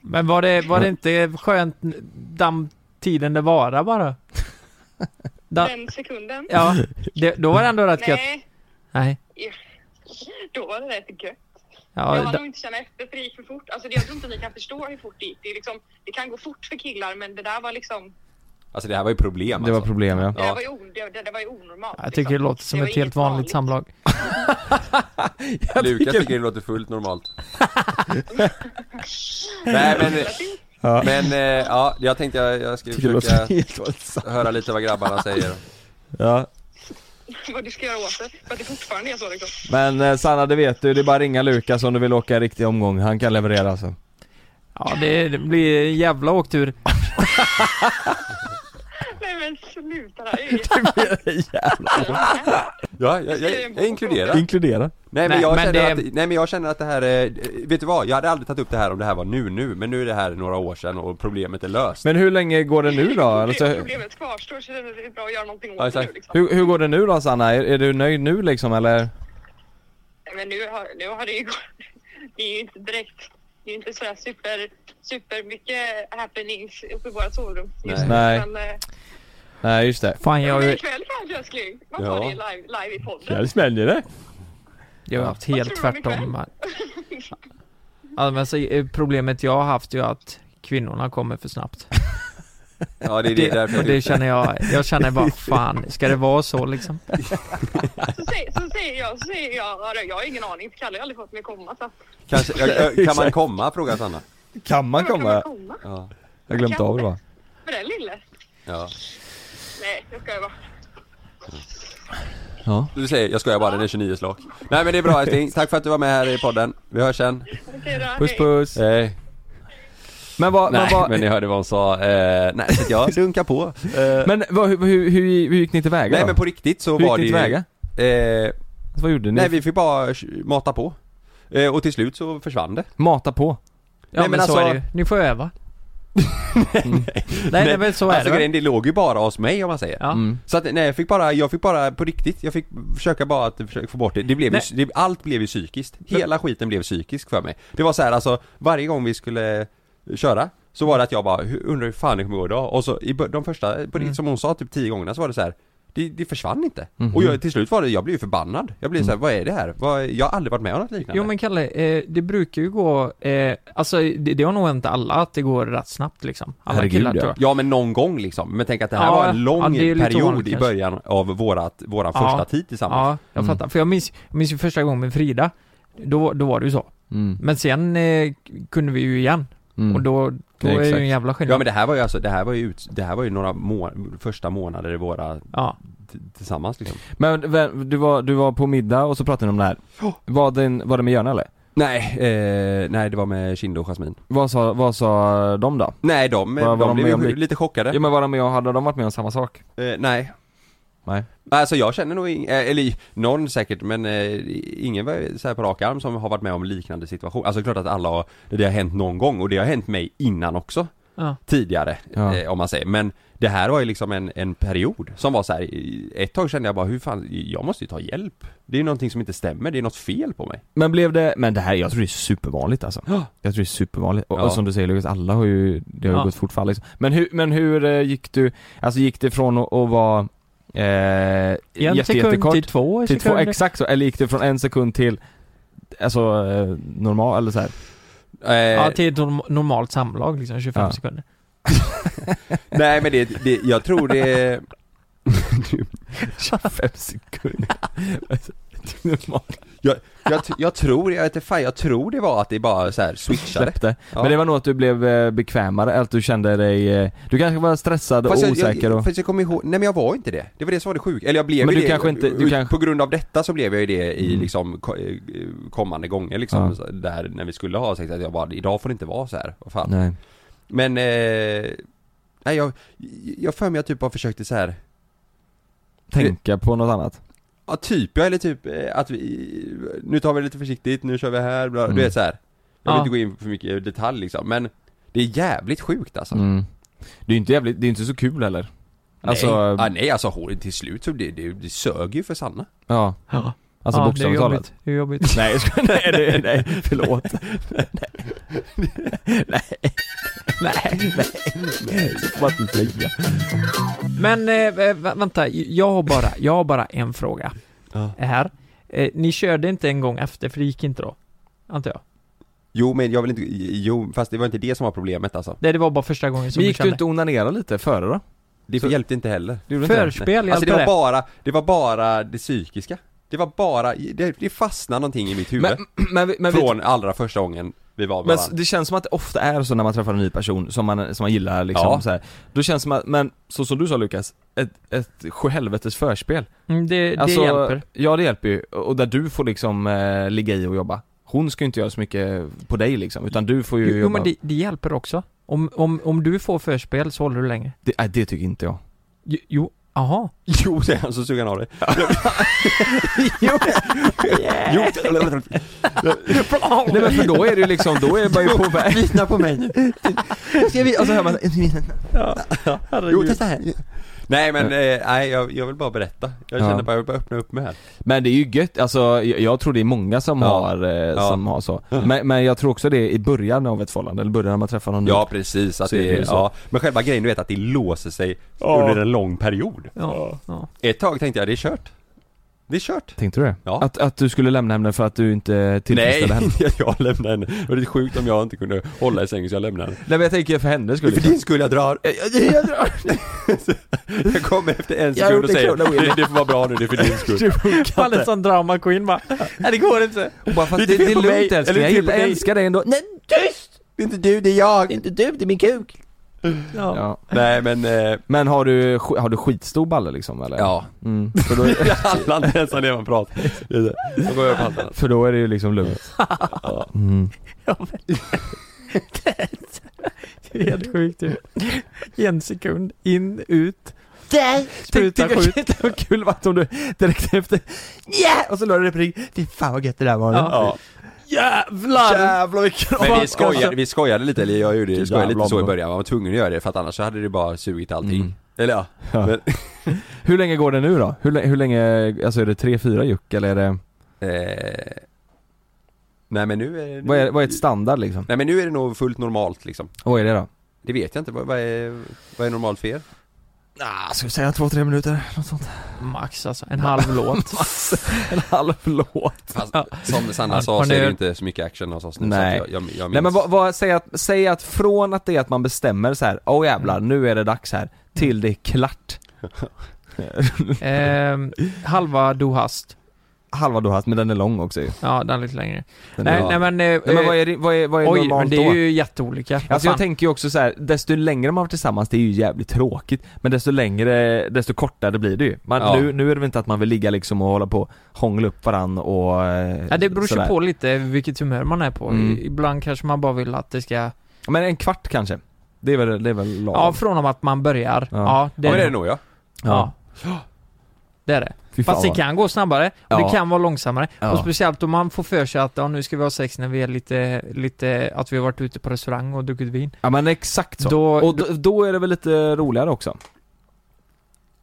C: Men var det, var det
B: Mm.
C: inte skönt den tiden det vara bara? Da,
E: Den sekunden?
C: ja, det, då var det ändå rätt gött.
E: Nej,
C: Nej.
E: då var det rätt gött. jag
C: Ja,
E: har
C: da,
E: nog inte känt efter för det gick för fort. Alltså, det- jag tror inte ni kan förstå hur fort det gick. Det, är liksom, det kan gå fort för killar men det där var liksom...
B: Alltså det här var ju problem
A: Det var
B: alltså.
A: problem ja.
E: Det, där var ju, o- det, det, det var ju onormalt.
C: jag tycker det
E: liksom.
C: låter som
E: var
C: ett
E: inget
C: helt vanligt samlag.
B: Lukas tycker det låter fullt normalt. Nej men, men eh, ja, jag tänkte jag, jag ska försöka höra lite vad grabbarna säger.
A: ja.
E: Vad du ska göra åt det. För att det fortfarande är så liksom.
A: Men eh, Sanna det vet du, det är bara att ringa Lukas om du vill åka en riktig omgång. Han kan leverera alltså.
C: Ja, det, det blir en jävla åktur.
E: Nej men sluta det här. är ju-
B: Ja, jag, jag, jag inkluderar.
A: Inkludera.
B: Nej men, eh,
C: Nej,
B: jag
C: men
B: känner
C: det-
B: att, nej men jag känner att det här är, eh, vet du vad? Jag hade aldrig tagit upp det här om det här var nu nu, men nu är det här några år sedan och problemet är löst.
A: Men hur länge går det nu då? Alltså,
E: Problem-
A: hur,
E: Problemet kvarstår så det är bra att göra någonting åt
B: Ja,
E: det
B: exakt.
E: nu liksom.
A: hur går det nu då Sanna? Är, är du nöjd nu liksom eller?
E: Nej, Men nu har, nu har det ju gått. Det är ju inte direkt. Det är ju inte sådär super, super mycket happenings uppe i våra sovrum. just nu.
A: Nej.
E: Men, eh,
A: Nej just det.
C: Fan, jag, har
E: men
C: ju-
E: ikväll kanske älskling. Man
B: Ja.
E: tar det live, live i podden.
A: smäller det.
C: jag har haft
E: Vad
C: helt
E: tror du om
C: tvärtom här. Ja, men så, eh, problemet jag har haft är ju att kvinnorna kommer för snabbt.
B: Ja det är det,
C: Det,
B: därför
C: och
B: jag
C: det känner jag, jag känner bara fan, ska det vara så liksom?
E: Så säger, så säger jag, så säger jag, ja, jag har ingen aning för Kalle har aldrig fått mig komma. Så.
B: Kanske, jag, jag, kan man komma? Frågar Sanna.
A: Kan man
E: Kan
A: komma?
E: man komma?
B: Ja.
A: Jag glömde av det va?
E: För den lille?
B: ja.
E: Nej, jag skojar bara.
B: Du säger, jag skojar bara, den är 29 slak. Nej men det är bra älskling, tack för att du var med här i podden. Vi hörs sen.
E: Okej då,
A: Puss
E: hej.
A: puss.
B: Hej.
A: Men vad,
B: Eh, Nej
A: men vad,
B: men ni hörde vad hon sa, eh, nej så att jag dunkar på. Eh,
A: men vad, hur, hur, hur, hur gick ni tillväga
B: nej
A: då?
B: men på riktigt så
A: Hur gick
B: var
A: ni
B: det ju,
A: tillväga?
B: eh,
A: Alltså, vad gjorde ni?
B: Nej vi fick bara sh- mata på. Eh, och till slut så försvann det.
A: Mata på.
C: Ja
B: Nej,
C: men,
B: men
C: så
B: alltså-
C: är det ju. Ni får öva. nej, nej, men så är
B: alltså,
C: det väl?
B: grejen, det låg ju bara hos mig om man säger.
C: Ja.
A: Mm,
B: Så att, nej jag fick bara, jag fick bara på riktigt, jag fick försöka bara att försöka få bort det. det, blev ju,
C: Nej.
B: det allt blev ju psykiskt. Hela skiten blev psykisk för mig. Det var så här, alltså, varje gång vi skulle köra så var det att jag bara, "Hur- undrar hur fan det kommer gå idag? Och så i bör- de första, på,
C: Mm.
B: riktigt, som hon sa, typ tio gångerna så var det så här. Det, det försvann inte.
C: Mhm.
B: Och jag, till slut var det, jag blev ju förbannad. Jag blev så här, vad är det här? Vad, jag har aldrig varit med om något liknande.
C: Mm. Jo men Kalle, eh, det brukar ju gå, eh, alltså det, det har nog inte alla att det går rätt snabbt liksom. Alla
A: Herregud,
C: killar
A: ja.
C: tror jag.
B: Ja men någon gång liksom, men tänk att det här
C: Ja,
B: var en
C: ja,
B: lång
C: det är lite
B: period
C: ovanligt
B: i
C: kanske.
B: början av vårat, våran
C: Ja.
B: första tid tillsammans.
C: Ja,
A: alltså.
C: jag fattar.
A: Mm.
C: För jag minns, jag minns ju första gången med Frida, då, då var det ju så. Men sen eh, kunde vi ju igen.
A: Mm.
C: Och då, då
A: Ja,
C: är det ju
A: exakt.
C: en jävla skillnad.
B: Ja men det här var ju alltså, det här var ju, ut, det här var ju några må första månader i våra
C: ja.
B: t- tillsammans liksom.
A: Men vem- du var, du var på middag och så pratade ni om det här. Var det, var det med Jörna eller?
B: Nej, eh, nej det var med Kinda och Jasmin.
A: Vad sa, vad sa de då?
B: Nej de,
A: Vad var
B: de
A: de med
B: blev
A: om
B: ju
A: det?
B: lite chockade.
A: Ja men var de med och hade de varit med om samma sak?
B: Eh, nej.
A: Nej.
B: Alltså jag känner nog ing- eh, eller någon säkert men eh, ingen var så här på rak arm som har varit med om liknande situation. Alltså klart att alla har, det har hänt någon gång och det har hänt mig innan också.
C: Ja.
B: Tidigare,
A: Ja.
B: eh, om man säger. Men det här var ju liksom en, en period som var så här. i- ett tag kände jag bara hur fan, jag måste ju ta hjälp. Det är ju någonting som inte stämmer, det är något fel på mig.
A: Men blev det, men det här, jag tror det är supervanligt alltså. Jag tror det är supervanligt. Och,
B: Ja.
A: och som du säger Lukas, alla har ju, det har ju
C: Ja.
A: gått fort för alla liksom. Men hur, men hur eh, gick du, alltså gick det från att, att vara eh,
C: En
A: jätte,
C: sekund
A: jättekort
C: till två
A: till två,
C: sekunder.
A: exakt så, eller gick det från en sekund till Alltså eh, normal eller så här.
B: Eh,
C: Ja, till ett norm- normalt samlag liksom, 25
A: Ja.
C: sekunder.
B: Nej men det, det, jag tror det
A: Fem sekunder. Till normal.
B: jag, t- jag tror, jag vet inte fan, jag tror det var att det bara så här switchade
A: Släppte.
B: Ja.
A: Men det var nog att du blev eh, bekvämare, eller att du kände dig, eh, du kanske var stressad och
B: Fast jag,
A: osäker
B: jag,
A: och...
B: fast jag kommer ihåg, nej men jag var inte det. Det var det som var det sjuka. Eller jag blev
A: Men
B: ju
A: du
B: det.
A: kanske inte- du
B: Ut-
A: kanske-
B: På grund av detta så blev jag ju det i
A: Mm.
B: liksom ko- eh, kommande gånger liksom.
A: Ja.
B: Så Där när vi skulle ha sex, att jag bara, idag får det inte vara så här. Vad fan.
A: Nej.
B: Men, eh, nej jag, jag för mig jag typ har försökt så här.
A: Tänka på något annat.
B: Ja typ, jag eller typ eh, att vi, nu tar vi det lite försiktigt, nu kör vi här, bla,
A: Mm.
B: du vet så här. Jag vill
C: Ja.
B: inte gå in för mycket i detalj liksom, men det är jävligt sjukt alltså.
A: Mm. Det är ju inte jävligt, det är inte så kul heller. Alltså,
B: nej. Ah, nej alltså hår- till slut så det, det, det sög ju för Sanna.
A: ja.
C: Ja.
A: Alltså
C: ja, det är
A: bokstavligt talat.
C: jobbigt. Det är jobbigt.
A: Nej, jag skojar. nej, nej, nej, förlåt. Nej. Nej. Nej. Nej. Nej. Nej.
C: Men eh, eh, vä- vänta, jag har bara, jag har bara en fråga.
B: Ja.
C: Här. Eh, ni körde inte en gång efter, för det gick inte då? Antar jag.
B: Jo men jag vill inte, jo fast det var inte det som var problemet alltså.
C: Nej, det var bara första gången som
A: Men
C: du
A: gick du
C: kände.
A: inte onanera lite före då?
B: Det
A: Så-
B: hjälpte inte heller.
A: Du gjorde inte det?
C: Förspel hjälpte
B: Alltså det var
C: det.
B: bara, det var bara det psykiska. Det var bara, det, det fastnade någonting i mitt huvud.
A: Men, men, men, vi-
B: från allra första gången vi var med
A: men
B: varandra.
A: det känns som att det ofta är så när man träffar en ny person som man, som man gillar liksom
B: Ja.
A: så här. Då känns det som att, men så som du sa Lukas, ett, ett sjuhelvetes förspel.
C: Mm, det, det
A: Alltså,
C: hjälper.
A: Ja det hjälper ju, och där du får liksom eh, ligga i och jobba. Hon ska ju inte göra så mycket på dig liksom, utan du får ju
C: Jo,
A: jobba.
C: jo men det, det hjälper också. Om, om, om du får förspel så håller du längre.
A: Det, nej, det tycker inte jag.
C: Jo, Jo, aha.
B: Jo säger han så suger han av dig. jo!
A: Nej men för då är det ju liksom, då är man ju på väg.
B: Lyssna på mig nu. Ska vi, och så hör man Jo testa här. Nej men, eh, nej jag, jag vill bara berätta. Jag
A: Ja.
B: känner bara, jag vill bara öppna upp mig här.
A: Men det är ju gött, alltså jag, jag tror det är många som
B: Ja.
A: har, eh,
B: Ja.
A: som har så. Men, men jag tror också det är i början av ett förhållande, eller början när man träffar någon ny.
B: Ja precis, att
A: Så är det
B: det,
A: ju så.
B: ja. Men själva grejen du vet att det låser sig under en lång period.
C: Ja, ja.
B: Ett tag tänkte jag, det är kört. Det är kört.
A: Tänkte du det?
B: Ja.
A: Att, att du skulle lämna henne för att du inte
B: Nej,
A: tillfredsställde henne?
B: jag lämnar henne. Det var lite sjukt om jag inte kunde hålla i sängen så jag lämnade henne.
A: Nej men jag tänker för henne skulle
B: För din skull jag drar. Jag, jag, jag drar. jag kommer efter en
A: Jag har
B: sekund
A: gjort
B: och
A: en
B: säger
A: krona, Willy.
B: det, det får vara bra nu, det är för din skull.
C: Han är en sån drama queen bara. Nej, det går inte.
A: bara, fast det,
B: det är
A: det, är
B: fel på
A: lugnt
B: mig,
A: älskling,
B: eller
A: jag
B: det
A: gillar,
B: är fel på dig.
A: älskar dig ändå. Nej!
B: Det är inte du, det är jag.
D: Inte du, det är min kuk.
C: Ja.
A: Ja.
B: Nej men, eh,
A: Men har du, sk- har du skitstor balle liksom eller?
B: ja.
A: Mm. För, då,
B: Alla nästan det man pratar. Då går jag på allt annat.
A: för då är det ju liksom lugnt. Mm.
C: Det är helt sjukt ju. En sekund, in, ut,
D: Där.
A: Tänk
C: spruta, skjut.
A: det var kul vart om du direkt efter yeah! Och så la du det på ryggen. Fy fan vad gött det där var.
C: Ja.
B: Ja.
C: Jävlar!
A: Jävlar vilken
B: Men vi skojade, vi skojade lite, eller jag gjorde, jag skojade
A: Jävlar,
B: lite så i
A: bro.
B: början, man var tvungen att göra det för att annars så hade det bara sugit allting.
A: Mm.
B: Eller ja.
A: Ja.
B: Men,
A: Hur länge går det nu då? Hur, lä- hur länge, alltså är det 3-4 juck eller är det,
B: eh, nej men nu är det,
A: vad är, vad är ett standard liksom?
B: Nej men nu är det nog fullt normalt liksom.
A: Vad är det då?
B: Det vet jag inte, vad, vad, är, vad är normalt för er?
A: Ah, ska vi säga 2-3 minuter? Något sånt.
C: Max alltså, en halv låt.
A: En halv låt.
B: Fast, som Sanna
C: Har
B: sa så
C: ni-
B: är det ju inte så mycket action hos oss nu
A: Nej.
B: så att jag, jag, jag minns.
A: Nej men vad, vad säg, att, säg att från att det är att man bestämmer så här, åh oh, jävlar nu är det dags här, till det är klart.
C: Ehm, halva Du hast.
A: Halva du har haft, men den är lång också ju.
C: Ja, den är lite längre.
A: Den
C: Nej,
A: är,
C: nej men... Eh,
A: nej men vad är, det- vad är, vad är
C: oj, men
A: normalt
C: det
A: då?
C: är ju jätteolika.
A: Alltså
C: Vad
A: jag
C: fan?
A: tänker ju också så här, desto längre man har varit tillsammans, det är ju jävligt tråkigt. Men desto längre, desto kortare blir det ju. Man,
B: Ja.
A: nu, nu är det väl inte att man vill ligga liksom och hålla på och hångla upp varann och eh,
C: Ja, det beror ju
A: sådär.
C: på lite vilket humör man är på.
A: Mm.
C: Ibland kanske man bara vill att det ska...
A: Men en kvart kanske? Det är väl, det är väl lagom?
C: Ja, från och med att man börjar.
A: Ja.
C: Ja,
B: Ja, men det är det nog ja.
C: Ja. det är det.
A: Fy fan
C: Fast det
A: vad-
C: kan gå snabbare, och
A: Ja.
C: det kan vara långsammare.
A: Ja.
C: Och speciellt om man får för sig att ja, nu ska vi ha sex när vi är lite, lite, att vi har varit ute på restaurang och druckit vin.
A: Ja men exakt så.
C: Då-
A: och då, då är det väl lite roligare också?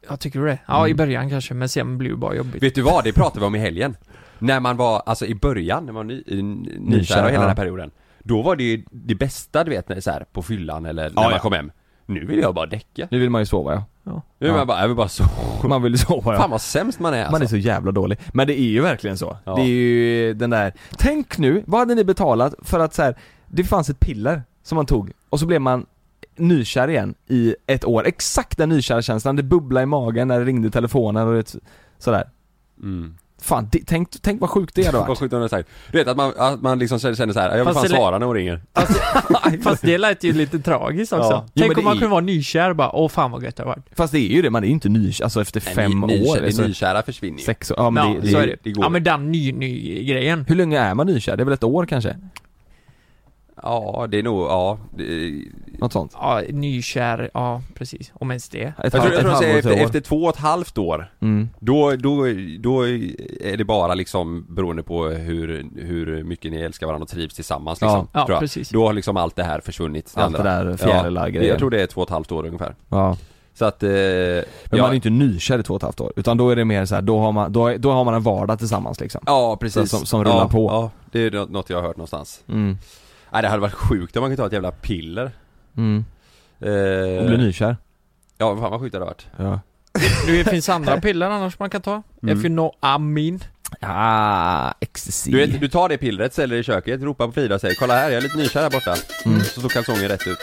C: Ja, tycker du det? Ja,
A: Mm.
C: i början kanske, men sen blir det bara jobbigt.
B: Vet du vad, det pratade vi om i helgen. När man var, alltså i början, när man var ny, i- n- nykär och hela
A: ja.
B: den här perioden. Då var det ju det bästa du vet, när, så här, på fyllan eller när
A: Ja,
B: man
A: ja.
B: kom hem. Nu vill jag bara däcka.
A: Nu vill man ju sova ja.
B: Nu är
A: Ja.
B: man bara, jag vill bara så.
A: Man vill sova ja.
B: Fan vad sämst man är alltså.
A: Man är så jävla dålig. Men det är ju verkligen så.
B: Ja.
A: Det är ju den där, tänk nu, vad hade ni betalat för att så här, det fanns ett piller som man tog och så blev man nykär igen i ett år. Exakt den nykärkänslan, det bubblade i magen när det ringde i telefonen och det, sådär.
B: Mm.
A: Fan, det, tänk, tänk vad sjukt det hade
B: Vad
A: varit.
B: sjukt hon har sagt. Du vet att man, att man liksom känner känner så här, jag vill
C: Fast
B: fan
C: det-
B: svara när hon ringer.
C: Fast det lät ju lite tragiskt också.
B: Ja. Jo,
C: Tänk
B: men det
C: om man
B: är-
C: kunde vara nykär och bara, åh fan vad gött det har varit.
A: Fast det är ju det, man är ju inte nykär, alltså efter fem
B: ny,
A: år.
B: Nykära,
A: alltså,
B: det nykära försvinner ju.
A: sex år. Ja, men
C: ja,
A: det,
C: så
A: det,
C: är det.
B: det går.
C: Ja men den ny-ny-grejen.
A: Hur länge är man nykär? Det är väl ett år kanske?
B: Ja, det är nog, ja. Det,
A: Något sånt?
C: Ja, nykär, ja precis. Om ens det.
A: Ett,
B: jag
A: halv,
B: tror,
A: ett
B: jag tror att
A: halvår
B: efter,
A: till ett år?
B: efter två och ett halvt år,
A: Mm.
B: då, då, då är det bara liksom beroende på hur, hur mycket ni älskar varandra och trivs tillsammans liksom,
C: Ja,
B: tror jag.
C: precis.
B: Då har liksom allt det här försvunnit.
A: Allt det
B: andra.
A: där fjärilar grejen.
B: Jag tror det är två och ett halvt år ungefär.
A: Ja.
B: Så att, eh,
A: Men
B: ja,
A: man är inte nykär i två och ett halvt år, utan då är det mer så här, då har man, då, då har man en vardag tillsammans liksom.
B: ja precis.
A: som- som rullar
B: ja,
A: på.
B: Ja, det är nå- något jag har hört någonstans.
A: Mm.
B: Nej det hade varit sjukt om man kunde ta ett jävla piller.
A: Mm.
B: Eh,
A: Och blir nykär.
B: ja, fan vad sjukt det hade varit.
A: Ja.
C: Du, det finns andra piller annars man kan ta.
B: Mm.
C: Mm. Efynoamin.
A: Ah, ecstasy.
B: Du, vet, du tar det pillret, ställer det i köket, ropar på Frida och säger 'Kolla här, jag är lite nykär här borta'
A: Mm.
B: Så står kalsongen rätt ut.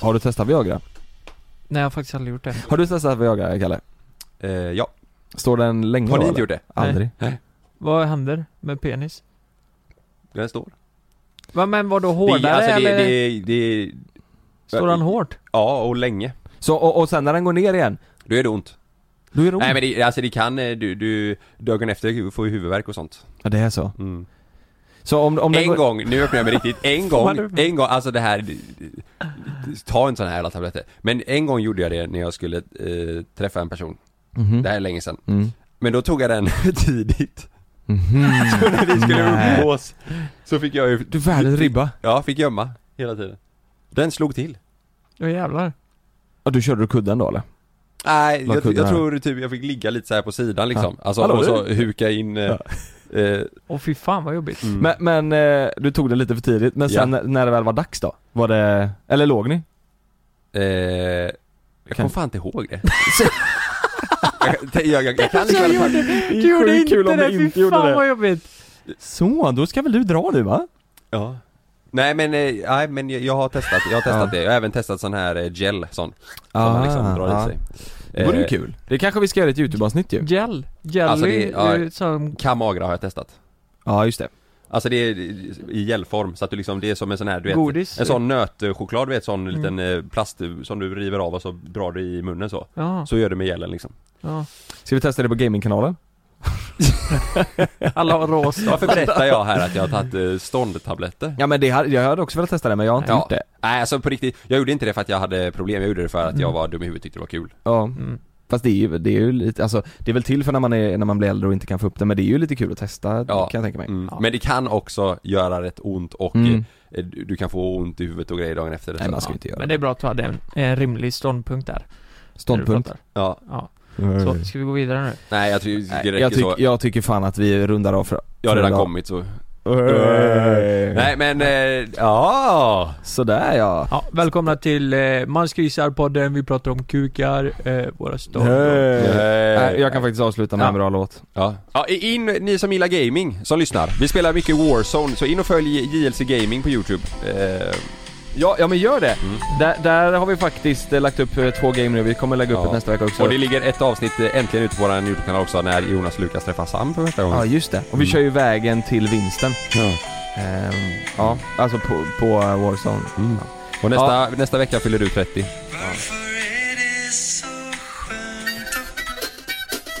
A: Har du testat Viagra?
C: Nej, jag har faktiskt aldrig gjort det.
A: Har du testat Viagra, Kalle?
B: Eh, ja.
A: Står den länge
B: Har
A: då,
B: ni
A: eller?
B: inte gjort det?
A: Aldrig.
C: Vad händer med penis?
B: Den står.
C: Va, men vadå hårdare
B: det, alltså, det,
C: eller?
B: det, det,
C: Står han hårt?
B: Ja, och länge.
A: Så, och, och sen när den går ner igen,
B: Då är det ont.
A: då är det ont.
B: Nej men det, alltså det kan, eh, du, du, dagen efter får ju huvudvärk och sånt. Mm.
A: Ja, det är så. Så om, om den
B: En
A: går...
B: gång, nu öppnar jag mig riktigt, en gång,
C: man-
B: en gång, alltså det här, det- det- ta en sån här jävla tabletter. Men en gång gjorde jag det när jag skulle eh, träffa en person.
C: Mm.
B: Det här är länge sedan.
A: Mm.
B: Men då tog jag den tidigt. Så när vi skulle
A: Nej.
B: umgås, så fick jag ju...
A: Du är
B: Mm.
A: världens ribba.
B: Ja, fick gömma hela tiden. Den slog till.
C: Åh jävlar.
A: Och du körde du kudden då eller?
B: Nej,
A: Vad
B: jag,
A: kunde
B: jag
A: han?
B: tror typ jag fick ligga lite så här på sidan liksom. Alltså,
A: Hallå,
B: och så huka in... Eh, eh,
C: Åh fy fan vad jobbigt.
B: Mm.
A: Men, men eh, du tog den lite för tidigt, men sen
B: Ja.
A: när- när det väl var dags då? Var det... Eller låg ni?
B: eh, jag
A: Kan-
B: kommer fan inte ihåg det. jag, jag, jag, jag kan liksom...
C: Du gjorde
A: sjukt
C: inte
A: kul om
C: det,
A: du inte
C: fy
A: gjorde
C: fan
A: det.
C: vad jobbigt.
A: Så, då ska väl du dra nu va?
B: Ja. Nej men, eh, nej men jag, jag har testat, jag har testat det. Jag har även testat sån här eh, gel, sån. som man
A: Ah.
B: liksom drar i sig.
A: Det vore ju
B: Eh,
A: kul. Det kanske vi ska göra ett YouTube-avsnitt ju.
C: Gel. Jelly.
B: Alltså, det- ja.
C: eh, som,
B: Kamagra har jag testat.
A: Ja, just det.
B: Alltså det är i gelform, så att du liksom, det är som en sån här du vet
C: Godis. Mm.
B: En sån nötchoklad du vet, sån liten eh, plast eh, som du river av och så drar du i munnen så.
C: ja,
B: Så gör du med gelen liksom.
C: ja.
A: Ska vi testa det på gamingkanalen?
C: Alla har rås.
B: Varför berättar jag här att jag har tagit eh, ståndtabletter?
A: Ja men det hade, jag hade också velat testa det men jag har inte
B: Ja.
A: gjort det.
B: Nej alltså på riktigt, jag gjorde inte det för att jag hade problem, jag gjorde det för att
A: Mm.
B: jag var dum i huvudet och tyckte det var kul.
A: Ja.
C: Mm.
A: Fast det är ju, det är ju lite, alltså det är väl till för när man är, när man blir äldre och inte kan få upp det men det är ju lite kul att testa
B: Ja.
A: kan jag tänka mig.
B: Mm. Men det kan också göra rätt ont och
A: Mm.
B: eh, du du kan få ont i huvudet och grejer dagen efter.
A: Nej alltså-
B: Så-
A: man ska ju inte göra
C: Men
A: det.
C: det är bra att du hade en, en rimlig ståndpunkt där. när du
A: Ståndpunkt. Mm.
C: pratar.
B: ja.
C: Ja.
A: Så,
C: Så, ska vi gå vidare nu?
B: Nej jag tror det räcker
A: jag,
B: så.
A: tyck, jag tycker fan att vi rundar av för
B: Jag
A: för
B: har redan
A: idag.
B: kommit så.
A: Öh.
B: Nej men, eh, ja.
A: Sådär ja.
C: Ja, välkomna till eh, Mansgrisar-podden. Vi pratar om kukar, eh, våra stånd.
A: Nej,
B: Eh,
A: Jag kan faktiskt avsluta med en
C: Ja.
A: bra låt.
B: Ja. ja, in, ni som gillar gaming, som lyssnar. Vi spelar mycket Warzone, så in och följ JLC Gaming på Youtube. Eh,
A: Ja, ja men gör det! Där, där har vi faktiskt eh, lagt upp eh, två game nu, vi kommer lägga upp
B: Ja.
A: ett nästa vecka också.
B: och det ligger ett avsnitt eh, äntligen ute på vår Youtube-kanal också när Jonas och Lukas träffar Sam för första
A: Ja
B: gången.
A: just det, och vi kör ju vägen till vinsten.
B: Ja.
A: Ehm, ja, alltså på, på eh, Warzone.
B: Mm. Och nästa, nästa vecka fyller du 30.
F: Varför är det så skönt att